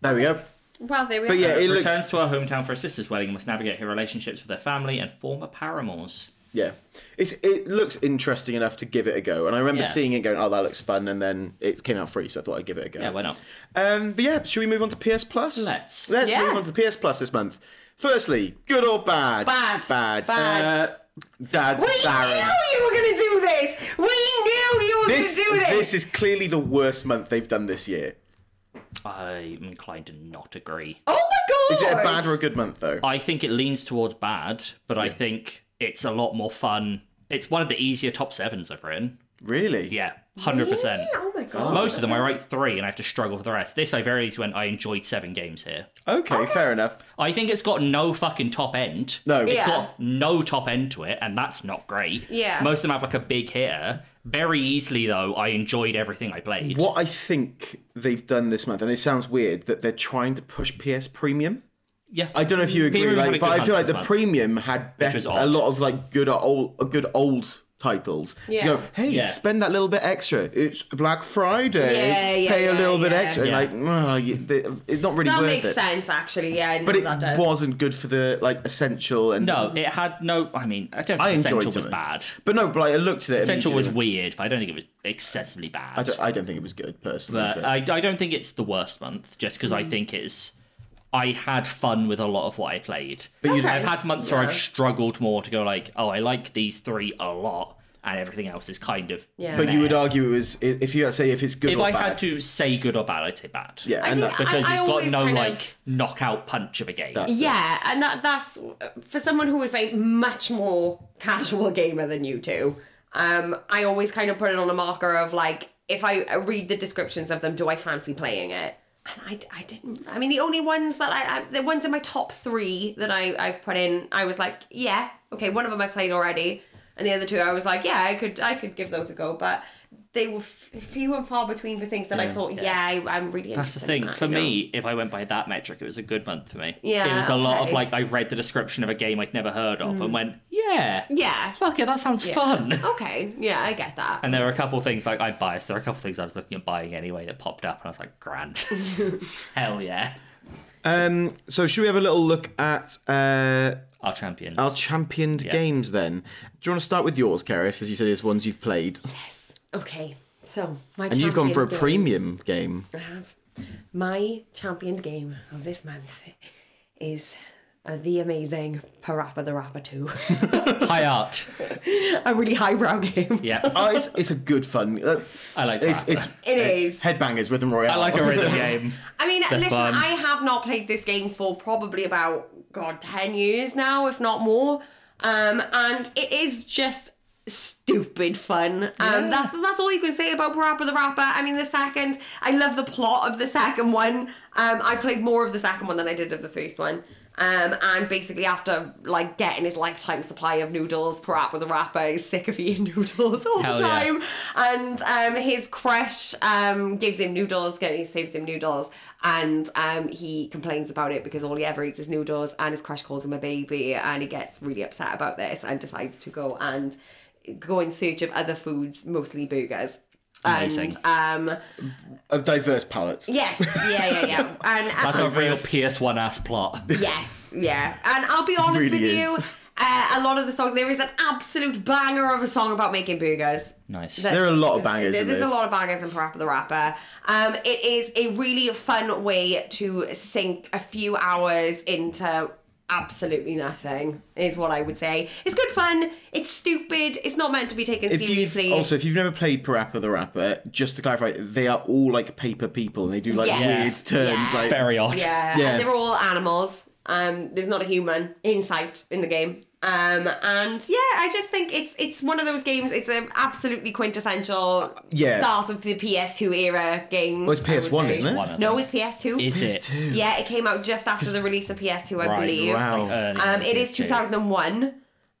Speaker 2: There we go.
Speaker 4: well, there we
Speaker 2: But
Speaker 4: go.
Speaker 2: yeah, it looks.
Speaker 3: Returns to her hometown for her sister's wedding and must navigate her relationships with her family and former paramours.
Speaker 2: Yeah, it's it looks interesting enough to give it a go, and I remember
Speaker 3: Yeah.
Speaker 2: seeing it going, "Oh, that looks fun," and then it came out free, so I thought I'd give it a go.
Speaker 3: Yeah, why not?
Speaker 2: Um, but yeah, should we move on to PS Plus?
Speaker 3: Let's.
Speaker 2: Let's
Speaker 4: Yeah.
Speaker 2: move on to the PS Plus this month. Firstly, good or bad?
Speaker 4: Bad.
Speaker 2: Bad.
Speaker 4: Bad.
Speaker 2: Uh, Dad.
Speaker 4: we
Speaker 2: Darren.
Speaker 4: knew you were going to do this. We knew you were going to
Speaker 2: This,
Speaker 4: do this.
Speaker 2: this is clearly the worst month they've done this year.
Speaker 3: I'm inclined to not agree.
Speaker 4: oh my god!
Speaker 2: Is it a bad or a good month though?
Speaker 3: I think it leans towards bad, but I think it's a lot more fun. It's one of the easier top sevens I've written.
Speaker 2: Really?
Speaker 3: Yeah, hundred percent.
Speaker 4: Oh my god!
Speaker 3: Most of them I write three, and I have to struggle for the rest. This I very easily went. I enjoyed seven games here.
Speaker 2: Okay, fair enough.
Speaker 3: I think it's got no fucking top end.
Speaker 2: No.
Speaker 3: it's
Speaker 4: Yeah.
Speaker 3: got no top end to it, and that's not great.
Speaker 4: Yeah.
Speaker 3: most of them have like a big hitter. Very easily though, I enjoyed everything I played.
Speaker 2: What I think they've done this month, and it sounds weird that they're trying to push PS Premium.
Speaker 3: Yeah,
Speaker 2: I don't know if you agree,
Speaker 3: Premium had a
Speaker 2: like,
Speaker 3: good
Speaker 2: but I
Speaker 3: month
Speaker 2: feel like
Speaker 3: this
Speaker 2: the
Speaker 3: month.
Speaker 2: premium had better,
Speaker 3: was
Speaker 2: a
Speaker 3: odd.
Speaker 2: lot of like good old, good old titles. To
Speaker 4: Yeah.
Speaker 2: go, hey,
Speaker 3: Yeah.
Speaker 2: spend that little bit extra. It's Black Friday.
Speaker 4: Yeah, yeah,
Speaker 2: Pay a
Speaker 4: yeah,
Speaker 2: little bit
Speaker 4: yeah.
Speaker 2: extra.
Speaker 3: Yeah.
Speaker 2: Like, "Oh, you- the- it's not really
Speaker 4: that
Speaker 2: worth
Speaker 4: makes
Speaker 2: it.
Speaker 4: sense, actually. Yeah,
Speaker 2: But it
Speaker 4: that does.
Speaker 2: wasn't good for the like essential and
Speaker 3: No, it had no. I mean, I don't think
Speaker 2: I
Speaker 3: Essential
Speaker 2: enjoyed
Speaker 3: was
Speaker 2: something.
Speaker 3: bad.
Speaker 2: But no, but like, I looked at it.
Speaker 3: Essential was
Speaker 2: immediately.
Speaker 3: weird, but I don't think it was excessively bad.
Speaker 2: I don't, I don't think it was good personally.
Speaker 3: but uh,
Speaker 2: but-
Speaker 3: I, I don't think it's the worst month, just because
Speaker 4: Mm.
Speaker 3: I think it's. I had fun with a lot of what I played. But
Speaker 2: you-
Speaker 3: I've had months where
Speaker 4: Yeah.
Speaker 3: I've struggled more to go like, oh, I like these three a lot, and everything else is kind of.
Speaker 4: Yeah.
Speaker 2: but you would argue it was i- if you say if it's good
Speaker 3: If
Speaker 2: or
Speaker 3: I
Speaker 2: bad.
Speaker 3: had to say good or bad, I'd say bad.
Speaker 2: yeah,
Speaker 4: I
Speaker 2: and that,
Speaker 4: think
Speaker 3: because
Speaker 4: I- I
Speaker 3: it's got
Speaker 4: always
Speaker 3: no
Speaker 4: kind of-
Speaker 3: like knockout punch of a game.
Speaker 2: That-
Speaker 4: Yeah, and that that's for someone who is a much more casual gamer than you two. Um, I always kind of put it on a marker of like, if I uh, read the descriptions of them, do I fancy playing it? And I, I didn't. I mean, the only ones that I, I the ones in my top three that I I've put in, I was like, yeah, okay, one of them I played already, and the other two I was like, yeah, I could I could give those a go, but they were f- few and far between for things that I thought, yeah, I, I'm really.
Speaker 3: That's the
Speaker 4: interested in
Speaker 3: thing.
Speaker 4: that,
Speaker 3: For
Speaker 4: you know?
Speaker 3: me, if I went by that metric, it was a good month for me.
Speaker 4: Yeah,
Speaker 3: It was a lot of
Speaker 4: okay. Mm.
Speaker 3: like I read the description of a game I'd never heard of and went, yeah,
Speaker 4: yeah. Oh.
Speaker 3: fuck it, that sounds fun.
Speaker 4: Okay, yeah, I get that.
Speaker 3: And there were a couple of things like I'm biased. There were a couple of things I was looking at buying anyway that popped up, and I was like, grand, hell yeah,
Speaker 2: um, so should we have a little look at uh,
Speaker 3: our champions.
Speaker 2: our championed games then? Do you want to start with yours, Karis, as you said, is ones you've played,
Speaker 4: Okay, so my
Speaker 2: and you've gone for a
Speaker 4: championed
Speaker 2: premium game.
Speaker 4: game- I have. My championed game of this month is uh, the amazing Parappa the Rapper 2.
Speaker 3: High art.
Speaker 4: a really highbrow game.
Speaker 3: Yeah,
Speaker 2: oh, it's, it's a good fun. Uh,
Speaker 3: I like
Speaker 2: it's,
Speaker 3: that.
Speaker 2: it's,
Speaker 4: It
Speaker 2: it's
Speaker 4: is.
Speaker 2: headbangers rhythm royale.
Speaker 3: I like a rhythm game.
Speaker 4: I mean, listen,
Speaker 3: fun.
Speaker 4: I have not played this game for probably about god 10 years now, if not more. Um, and it is just stupid fun. Um, that's that's all you can say about Parappa the Rapper. I mean, the second, I love the plot of the second one. Um, I played more of the second one than I did of the first one. Um, and basically, after like getting his lifetime supply of noodles, Parappa the Rapper is sick of eating noodles all
Speaker 3: Hell
Speaker 4: the
Speaker 3: yeah.
Speaker 4: time and um, his crush um, gives him noodles, get- he saves him noodles, and um, he complains about it because all he ever eats is noodles, and his crush calls him a baby, and he gets really upset about this and decides to go and go in search of other foods, mostly burgers.
Speaker 3: Amazing.
Speaker 4: And, um,
Speaker 2: of diverse palettes.
Speaker 4: yes, yeah, yeah, yeah. And
Speaker 3: That's
Speaker 4: and-
Speaker 3: a real PS1 ass plot.
Speaker 4: Yes, yeah. And I'll be honest
Speaker 2: Really
Speaker 4: with
Speaker 2: is.
Speaker 4: you, uh, a lot of the song, there is an absolute banger of a song about making burgers.
Speaker 3: Nice.
Speaker 4: That-
Speaker 2: There are a lot of bangers
Speaker 4: There-
Speaker 2: in
Speaker 4: There's
Speaker 2: this.
Speaker 4: a lot of bangers in Parappa the Rapper. Um, it is a really fun way to sink a few hours into absolutely nothing, is what I would say. It's good fun. It's stupid. It's not meant to be taken
Speaker 2: If you've
Speaker 4: seriously.
Speaker 2: also if you've never played Parappa the Rapper, just to clarify, they are all like paper people, and they do like
Speaker 4: Yeah.
Speaker 2: weird turns.
Speaker 4: Yeah.
Speaker 2: Like
Speaker 3: Very odd.
Speaker 4: Yeah,
Speaker 2: Yeah.
Speaker 4: and they're all animals. Um, there's not a human in sight in the game. Um, and yeah, I just think it's it's one of those games. It's an absolutely quintessential
Speaker 2: yeah.
Speaker 4: start of the PS2 era game.
Speaker 2: Well, it's
Speaker 4: I would
Speaker 2: PS1,
Speaker 4: say.
Speaker 2: isn't it?
Speaker 3: One of
Speaker 4: No,
Speaker 3: them.
Speaker 4: it's PS2.
Speaker 3: Is
Speaker 2: It's
Speaker 3: it?
Speaker 2: two.
Speaker 4: Yeah, it came out just after the release of PS2, I
Speaker 3: Right,
Speaker 4: believe.
Speaker 2: Wow.
Speaker 3: Oh, Early
Speaker 4: Um, it is
Speaker 3: PS2.
Speaker 4: 2001.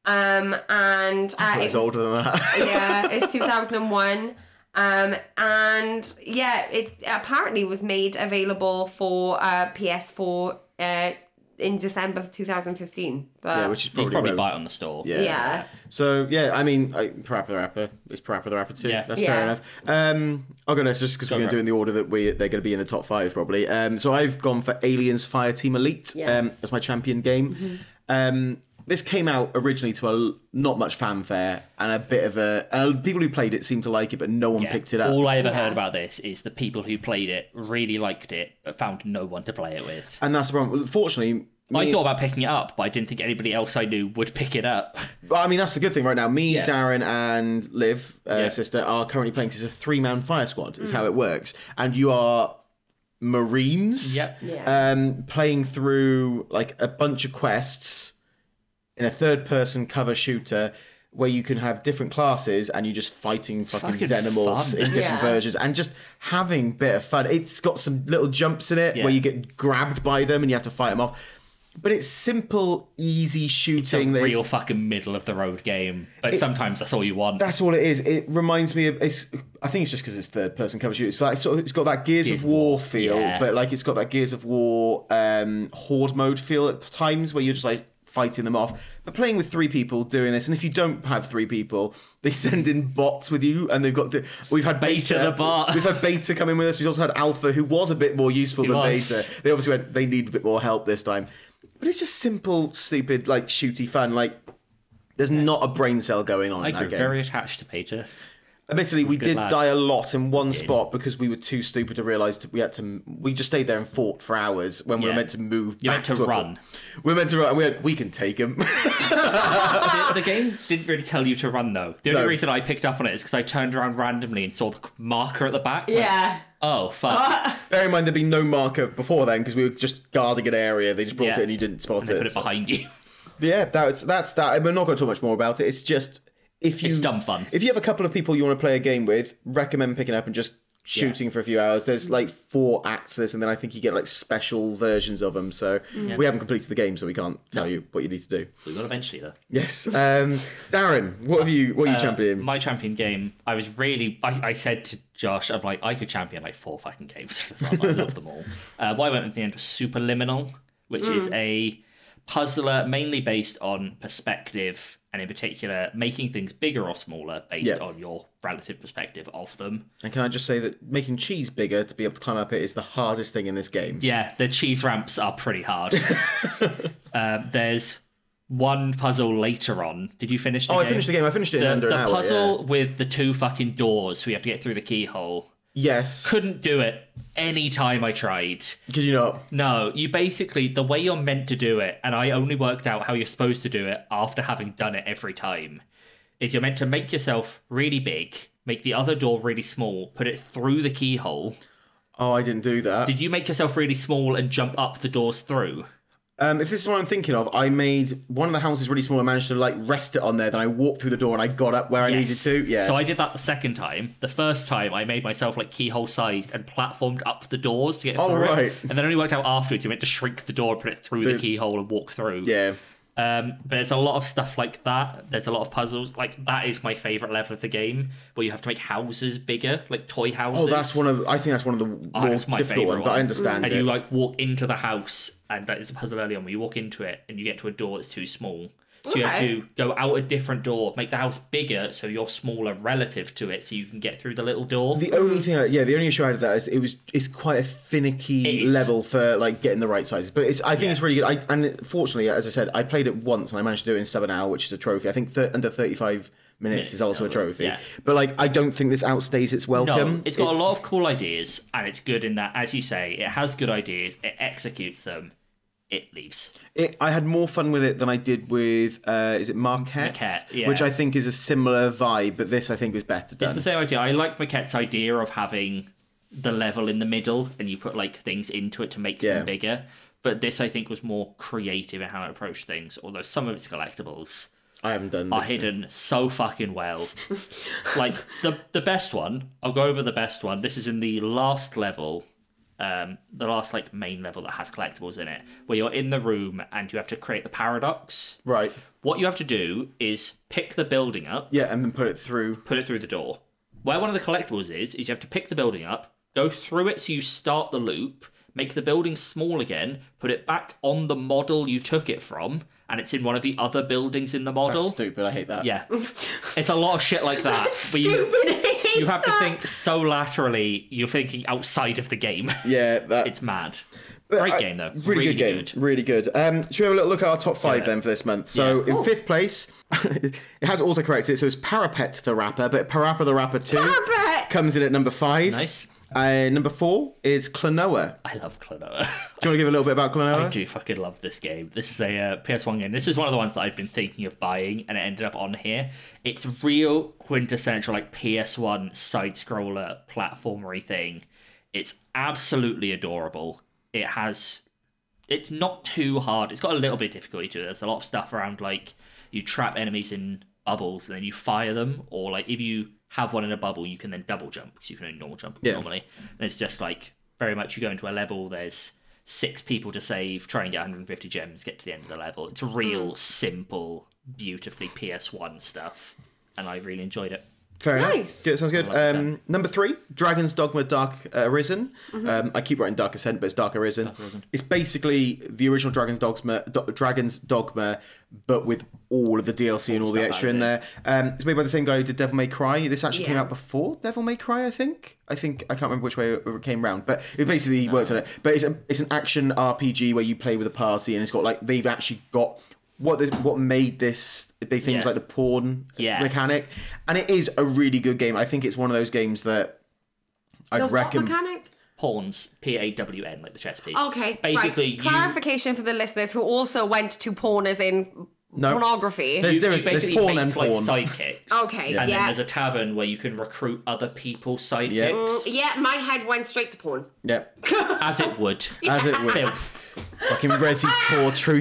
Speaker 4: Um, and uh,
Speaker 2: It's
Speaker 4: it-
Speaker 2: older than that.
Speaker 4: yeah, it's 2001. Um, and yeah, it apparently was made available for uh, PS4 uh, in December of 2015. But
Speaker 2: yeah, which is
Speaker 3: You
Speaker 2: probably,
Speaker 3: can probably
Speaker 2: won't.
Speaker 3: buy it on the store.
Speaker 2: Yeah.
Speaker 4: yeah.
Speaker 2: So yeah, I mean, I, Parappa the Rapper is Parappa the Rapper too.
Speaker 3: Yeah.
Speaker 2: That's
Speaker 4: Yeah.
Speaker 2: fair enough. Um, I'll go next just because
Speaker 3: Go
Speaker 2: we're going
Speaker 3: for
Speaker 2: to do it
Speaker 3: it.
Speaker 2: in the order that we they're going to be in the top five probably. Um, so I've gone for Aliens Fire Team Elite
Speaker 4: Yeah. Mm-hmm.
Speaker 2: um, as my champion game. Um, this came out originally to a l- not much fanfare and a bit of a uh, people who played it seemed to like it, but no one
Speaker 3: Yeah.
Speaker 2: picked it up.
Speaker 3: All I ever heard about this is the people who played it really liked it, but found no one to play it with.
Speaker 2: and that's the problem. Fortunately,
Speaker 3: I
Speaker 2: me-
Speaker 3: thought about picking it up, but I didn't think anybody else I knew would pick it up.
Speaker 2: Well, I mean, that's the good thing right now. Me,
Speaker 3: Yeah.
Speaker 2: Darren, and Liv, uh,
Speaker 3: Yeah.
Speaker 2: sister, are currently playing. 'cause It's a three-man fire squad.
Speaker 4: Mm.
Speaker 2: Is how it works, and you are marines.
Speaker 3: Yep.
Speaker 4: Yeah.
Speaker 2: Um, playing through like a bunch of quests in a third-person cover shooter. Where you can have different classes and you're just fighting fucking,
Speaker 3: fucking
Speaker 2: xenomorphs
Speaker 3: fun.
Speaker 2: in different
Speaker 4: Yeah.
Speaker 2: versions and just having bit of fun. It's got some little jumps in it
Speaker 3: Yeah.
Speaker 2: where you get grabbed by them and you have to fight them off. But it's simple, easy shooting. that is-
Speaker 3: Real fucking middle of the road game, but sometimes that's all you want.
Speaker 2: that's all it is. It reminds me of it's. I think it's just because it's third person cover shooter. It's like sort of, it's got that Gears,
Speaker 3: Gears
Speaker 2: of
Speaker 3: of
Speaker 2: War feel,
Speaker 3: yeah.
Speaker 2: but like it's got that Gears of War um, horde mode feel at times where you're just like fighting them off. But playing with three people doing this, and if you don't have three people, they send in bots with you, and they've got. To, we've had
Speaker 3: Beta
Speaker 2: beta,
Speaker 3: the bot.
Speaker 2: We've had beta come in with us. We've also had alpha, who was a bit more useful than
Speaker 3: was.
Speaker 2: beta. They obviously went. They need a bit more help this time. But it's just simple, stupid, like shooty fun. Like there's not a brain cell going on.
Speaker 3: I
Speaker 2: in that
Speaker 3: grew
Speaker 2: game.
Speaker 3: very attached to Peter.
Speaker 2: Admittedly, we
Speaker 3: good
Speaker 2: did
Speaker 3: lad.
Speaker 2: die a lot in one spot because we were too stupid to realise that we had to. We just stayed there and fought for hours when we
Speaker 3: Yeah.
Speaker 2: were meant to move.
Speaker 3: You
Speaker 2: back
Speaker 3: had to
Speaker 2: a-
Speaker 3: run.
Speaker 2: We were meant to run. and We went, we can take him.
Speaker 3: the, the game didn't really tell you to run though. The only
Speaker 2: No.
Speaker 3: reason I picked up on it is because I turned around randomly and saw the marker at the back. like,
Speaker 4: Yeah.
Speaker 3: oh fuck!
Speaker 2: Bear in mind, there'd been no marker before then because we were just guarding an area. They just brought
Speaker 3: Yeah.
Speaker 2: it and you didn't spot
Speaker 3: and they
Speaker 2: it.
Speaker 3: put it
Speaker 2: so-
Speaker 3: behind you.
Speaker 2: But yeah, that's that's that. And We're not going to talk much more about it. It's just if you
Speaker 3: It's dumb fun.
Speaker 2: If you have a couple of people you want to play a game with, recommend picking up and just shooting for a few hours. There's like four acts to this, and then I think you get like special versions of them. So we haven't completed the game, so we can't tell you what you need to do.
Speaker 3: We will eventually though.
Speaker 2: Yes, um, Darren, what have you? What are you
Speaker 3: Uh,
Speaker 2: championing?
Speaker 3: My champion game, I was really. I, I said to Josh, I'm like, I could champion like four fucking games. for this. I'm like, I love them all. Uh, what I went with in the end was Superliminal, which is
Speaker 2: Hmm.
Speaker 3: a puzzler mainly based on perspective and in particular making things bigger or smaller based
Speaker 2: Yeah.
Speaker 3: on your relative perspective of them.
Speaker 2: and can I just say that making cheese bigger to be able to climb up it is the hardest thing in this game.
Speaker 3: Yeah, the cheese ramps are pretty hard. um, there's one puzzle later on. Did you finish the
Speaker 2: Oh,
Speaker 3: game?
Speaker 2: I finished the game. I finished it in
Speaker 3: The,
Speaker 2: under
Speaker 3: the
Speaker 2: an hour.
Speaker 3: puzzle with the two fucking doors we have to get through the keyhole.
Speaker 2: yeah. Yes,
Speaker 3: couldn't do it any time I tried.
Speaker 2: because you know
Speaker 3: No, you basically the way you're meant to do it, and I only worked out how you're supposed to do it after having done it every time. Is you're meant to make yourself really big, make the other door really small, put it through the keyhole.
Speaker 2: Oh, I didn't do that.
Speaker 3: Did you make yourself really small and jump up the doors through?
Speaker 2: Um, if this is what I'm thinking of, I made one of the houses really small. I managed to like rest it on there. Then I walked through the door and I got up where I
Speaker 3: Yes.
Speaker 2: needed to. Yeah.
Speaker 3: So I did that the second time. The first time I made myself like keyhole sized and platformed up the doors to get through
Speaker 2: Oh,
Speaker 3: it.
Speaker 2: right.
Speaker 3: And then only worked out afterwards you meant to shrink the door, put it through the keyhole and walk through.
Speaker 2: yeah.
Speaker 3: Um, but there's a lot of stuff like that. There's a lot of puzzles. Like that is my favorite level of the game, where you have to make houses bigger, like toy houses.
Speaker 2: Oh, that's one of. I think that's one of the
Speaker 3: Oh,
Speaker 2: more
Speaker 3: that's my
Speaker 2: difficult
Speaker 3: favorite
Speaker 2: ones, but I understand
Speaker 3: And
Speaker 2: it.
Speaker 3: you like walk into the house, and that is a puzzle early on. Where you walk into it, and you get to a door that's too small, so you have
Speaker 4: Okay.
Speaker 3: to go out a different door, make the house bigger, so you're smaller relative to it, so you can get through the little door.
Speaker 2: the only thing, I, yeah, the only issue I had with that is it was it's quite a
Speaker 3: It
Speaker 2: finicky
Speaker 3: is.
Speaker 2: level for like getting the right sizes, but it's I think it's really good. I, and fortunately, as I said, I played it once and I managed to do it in sub an hour, which is a trophy. I think th- under thirty five minutes is also a
Speaker 3: so,
Speaker 2: trophy.
Speaker 3: yeah.
Speaker 2: But like, I don't think this outstays its welcome.
Speaker 3: No, it's got
Speaker 2: It-
Speaker 3: a lot of cool ideas, and it's good in that, as you say, it has good ideas, it executes them, it leaves.
Speaker 2: It, I had more fun with it than I did with uh, is it Marquette,
Speaker 3: Marquette, yeah.
Speaker 2: which I think is a similar vibe, but this I think is better
Speaker 3: It's
Speaker 2: done.
Speaker 3: the same idea. I like Maquette's idea of having the level in the middle and you put like things into it to make
Speaker 2: Yeah.
Speaker 3: them bigger. But this, I think, was more creative in how it approached things. Although some of its collectibles
Speaker 2: I haven't done.
Speaker 3: are
Speaker 2: the-
Speaker 3: hidden so fucking well. like the the best one, I'll go over the best one. This is in the last level, um, the last like main level that has collectibles in it, where you're in the room and you have to create the paradox.
Speaker 2: right.
Speaker 3: What you have to do is pick the building up
Speaker 2: Yeah, and then put it through.
Speaker 3: put it through the door. Where one of the collectibles is, is you have to pick the building up, go through it so you start the loop, make the building small again, put it back on the model you took it from, and it's in one of the other buildings in the model.
Speaker 2: That's stupid. I hate that.
Speaker 3: Yeah. it's a lot of shit like that. where you, you have to think so laterally, you're thinking outside of the game.
Speaker 2: Yeah. That,
Speaker 3: It's mad.
Speaker 2: but
Speaker 3: Great
Speaker 2: I-
Speaker 3: game, though.
Speaker 2: Really, good game. Really good. Um, should we have a little look at our top five then for this month? So in fifth place, it has autocorrected. So it's Parapet the Rapper, but Parappa the Rapper two
Speaker 4: Parapet!
Speaker 2: comes in at number five.
Speaker 3: Nice.
Speaker 2: Uh, number four is Klonoa.
Speaker 3: I love
Speaker 2: Do you
Speaker 3: Klonoa.
Speaker 2: want to give a little bit about Klonoa?
Speaker 3: I do fucking love this game. This is a uh, PS1 game. This is one of the ones that I've been thinking of buying, and it ended up on here. It's real quintessential like PS1 side scroller platformery thing. It's absolutely adorable. It has it's not too hard. It's got a little bit of difficulty to it. There's a lot of stuff around like you trap enemies in bubbles and then you fire them, or like if you have one in a bubble, you can then double jump because you can only normal jump normally. And it's just like very much you go into a level. There's six people to save. Try and get 150 gems. Get to the end of the level. It's
Speaker 4: Hmm.
Speaker 3: real simple, beautifully PS1 stuff, and I really enjoyed it.
Speaker 2: Fair enough.
Speaker 4: Nice.
Speaker 2: Good, sounds good.
Speaker 3: I like
Speaker 2: Um, number three, Dragon's Dogma Dark uh, Arisen.
Speaker 4: Mm-hmm.
Speaker 2: Um, I keep writing Dark Ascent, but it's Dark Arisen. It's basically the original Dragon's Dogma, Do- Dragon's Dogma, but with all of the DLC and all the
Speaker 3: that
Speaker 2: extra in there.
Speaker 3: added
Speaker 2: Um, it's made by the same guy who did Devil May Cry. This actually came
Speaker 4: Yeah.
Speaker 2: out before Devil May Cry, I think. I think I can't remember which way it came round, but it basically
Speaker 3: Uh,
Speaker 2: worked on it. But it's a, it's an action RPG where you play with a party, and it's got like they've actually got. What this, what made this big thing was
Speaker 3: Yeah.
Speaker 2: like the porn
Speaker 3: Yeah.
Speaker 2: mechanic, and it is a really good game. I think it's one of those games that I'd
Speaker 4: The what
Speaker 2: reckon.
Speaker 4: mechanic?
Speaker 3: Pawns, P A W N, like the chess piece.
Speaker 4: Okay. right.
Speaker 3: Basically, you
Speaker 4: clarification for the listeners who also went to porn as in
Speaker 2: No.
Speaker 4: pornography.
Speaker 2: There's
Speaker 3: you-
Speaker 2: difference.
Speaker 3: you
Speaker 2: There's
Speaker 3: basically
Speaker 2: porn
Speaker 3: make,
Speaker 2: and
Speaker 3: like
Speaker 2: porn.
Speaker 3: sidekicks.
Speaker 4: Okay,
Speaker 3: And
Speaker 4: yeah.
Speaker 3: then there's a tavern where you can recruit other people's sidekicks.
Speaker 4: yeah, my head went straight to porn.
Speaker 2: Yep.
Speaker 3: As it would.
Speaker 2: As it were.
Speaker 3: Filth.
Speaker 2: Fucking Resi 4 truther.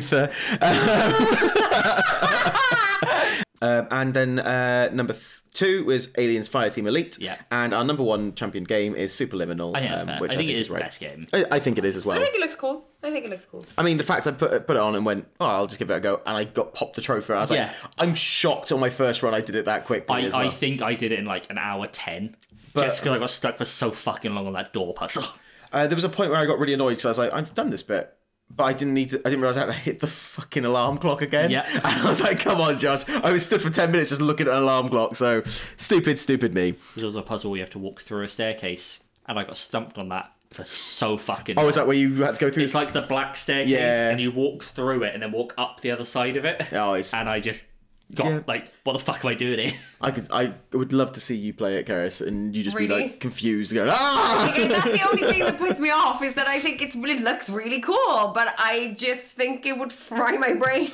Speaker 2: Um, and then uh, number th- two is Aliens Fireteam Elite.
Speaker 3: Yeah.
Speaker 2: And our number one champion game is Superliminal,
Speaker 3: I think that's
Speaker 2: um,
Speaker 3: fair.
Speaker 2: which
Speaker 3: I think it is
Speaker 2: is
Speaker 3: the
Speaker 2: right.
Speaker 3: best game.
Speaker 2: I, I think it is as well.
Speaker 4: I think it looks cool. I think it looks cool.
Speaker 2: I mean, the fact I put put it on and went, oh, I'll just give it a go, and I got popped the trophy. I was
Speaker 3: Yeah.
Speaker 2: like, I'm shocked on my first run. I did it that quickly
Speaker 3: I,
Speaker 2: as well.
Speaker 3: I think I did it in like an hour ten.
Speaker 2: But-
Speaker 3: just because I got stuck for so fucking long on that door puzzle.
Speaker 2: Uh, there was a point where I got really annoyed because I was like, I've done this bit. But I didn't need to. I didn't realize I had to hit the fucking alarm clock again.
Speaker 3: Yeah.
Speaker 2: and I was like, "Come on, Josh!" I was stood for ten minutes just looking at an alarm clock. So stupid, stupid me.
Speaker 3: There's also a puzzle where you have to walk through a staircase, and I got stumped on that for so fucking.
Speaker 2: Oh,
Speaker 3: long.
Speaker 2: is that where you had to go through?
Speaker 3: It's like the black staircase,
Speaker 2: Yeah.
Speaker 3: and you walk through it, and then walk up the other side of it.
Speaker 2: Oh, it's-
Speaker 3: And I just got
Speaker 2: Yeah.
Speaker 3: like, what the fuck am I doing here?
Speaker 2: I could. I would love to see you play it, Karis, and you just be
Speaker 4: Really?
Speaker 2: like confused, going, "Ah!"
Speaker 4: Okay, that's the only thing that puts me off is that I think it's, it looks really cool, but I just think it would fry my brain.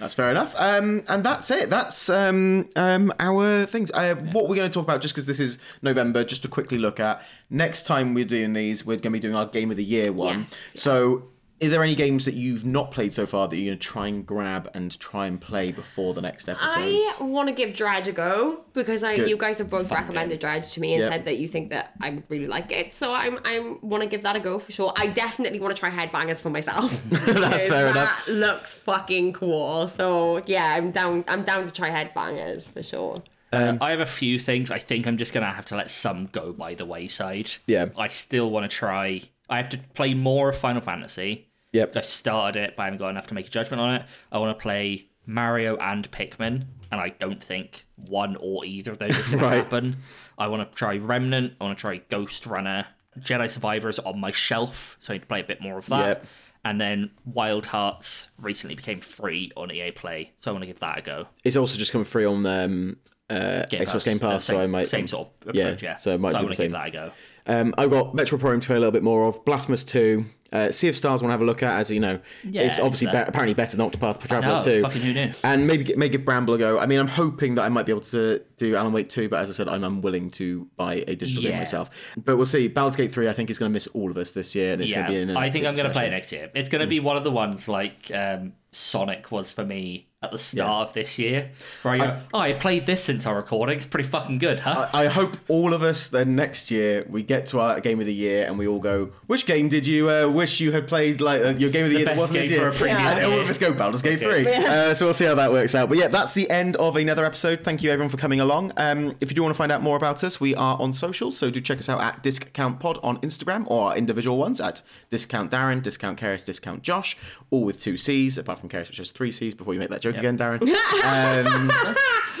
Speaker 2: That's fair enough. Um, and that's it. That's um, um, our things. Uh, What we're going to talk about, just because this is November, just to quickly look at. Next time we're doing these, we're going to be doing our Game of the Year one.
Speaker 4: Yes, yeah.
Speaker 2: So, are there any games that you've not played so far that you're going to try and grab and try and play before the next episode?
Speaker 4: I want to give Dredge a go because I,
Speaker 2: Good.
Speaker 4: you guys have both recommended Dredge to me and
Speaker 2: Yep.
Speaker 4: said that you think that I would really like it. So I'm I'm want to give that a go for sure. I definitely want to try Headbangers for myself. Because
Speaker 2: fair enough.
Speaker 4: that Looks fucking cool. So yeah, I'm down. I'm down to try Headbangers for sure.
Speaker 3: I have a few things. I think I'm just gonna have to let some go by the wayside.
Speaker 2: Yeah.
Speaker 3: I still want to try. I have to play more of Final Fantasy.
Speaker 2: Yep.
Speaker 3: I started it, but I haven't got enough to make a judgment on it. I want to play Mario and Pikmin, and I don't think one or either of those is going
Speaker 2: Right.
Speaker 3: to happen. I want to try Remnant. I want to try Ghost Runner. Jedi Survivors on my shelf, so I need to play a bit more of that.
Speaker 2: Yep.
Speaker 3: And then Wild Hearts recently became free on EA Play, so I want to give that a go.
Speaker 2: It's also just come free on um, uh, Xbox Game
Speaker 3: Uh,
Speaker 2: Pass,
Speaker 3: same,
Speaker 2: so I might.
Speaker 3: same sort of
Speaker 2: yeah,
Speaker 3: approach, yeah.
Speaker 2: so I might do
Speaker 3: I
Speaker 2: the
Speaker 3: want to give
Speaker 2: same.
Speaker 3: that a go.
Speaker 2: Um, I've got Metro Prime to play a little bit more of, Blasphemous 2, uh, Sea of Stars want to have a look at, as you know. it's
Speaker 3: it's
Speaker 2: obviously
Speaker 3: there.
Speaker 2: be- apparently better than Octopath Traveler
Speaker 3: know,
Speaker 2: 2.
Speaker 3: fucking who knew?
Speaker 2: And maybe maybe give Bramble a go. I mean, I'm hoping that I might be able to do Alan Wake 2, but as I said, I'm unwilling to buy a digital game
Speaker 3: Yeah.
Speaker 2: myself. But we'll see. Baldur's Gate 3, I think, is going to miss all of us this year, and it's going to be in
Speaker 3: yeah,
Speaker 2: an Mm.
Speaker 3: I think I'm
Speaker 2: going to
Speaker 3: play it next year. It's going to be one of the ones like um, Sonic was for me at the start of this year. Where I go,
Speaker 2: I-
Speaker 3: oh, I played this since our recording. It's pretty fucking good, huh?
Speaker 2: I hope all of us then next year we get to our game of the year and we all go, which game did you uh, wish you had played like uh, your game of the, year that
Speaker 3: best
Speaker 2: wasn't this
Speaker 3: game
Speaker 2: year?
Speaker 3: for a previous
Speaker 2: and all
Speaker 3: year.
Speaker 2: of us go Baldur's Gate
Speaker 3: Okay.
Speaker 2: 3. Uh, so we'll see how that works out. But yeah, that's the end of another episode. Thank you everyone for coming along. Um, if you do want to find out more about us, we are on social, so do check us out at Discount Pod on Instagram or our individual ones at Discount Darren, Discount Karis, Discount Josh, all with two C's, apart from Karis, which has three C's before you make that joke again, Darren. um,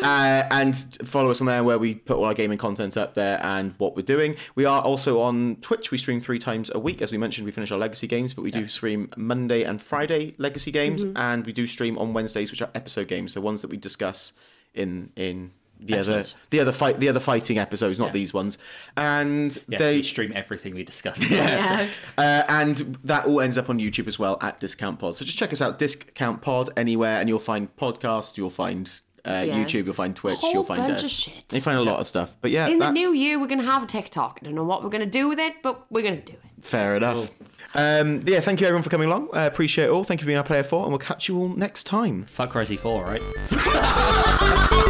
Speaker 2: uh, and follow us on there where we put all our gaming content up there and what we're doing. We are also on Twitch. We stream three times a week. As we mentioned, we finish our legacy games, but we do stream Monday and Friday legacy games,
Speaker 3: Mm-hmm.
Speaker 2: and we do stream on Wednesdays, which are episode games, so ones that we discuss in in the
Speaker 3: Episodes.
Speaker 2: other the other fight the other fighting episodes, not these ones. And
Speaker 3: Yeah,
Speaker 2: they
Speaker 3: we stream everything we discuss.
Speaker 4: Yeah.
Speaker 2: uh, and that all ends up on YouTube as well at Discount Pod. So just check us out, Discount Pod, anywhere, and you'll find podcasts, you'll find uh,
Speaker 4: Yeah.
Speaker 2: YouTube, you'll find Twitch,
Speaker 4: Whole
Speaker 2: you'll find
Speaker 4: bunch
Speaker 2: us.
Speaker 4: of shit.
Speaker 2: You find a lot of stuff. But yeah,
Speaker 4: In the
Speaker 2: that-
Speaker 4: new year, we're going to have TikTok. I don't know what we're going to do with it, but we're going to do it.
Speaker 2: fair enough. Um, yeah, thank you everyone for coming along. Uh, appreciate it all. Thank you for being our player four, and we'll catch you all next time.
Speaker 3: Fuck Resi 4, right?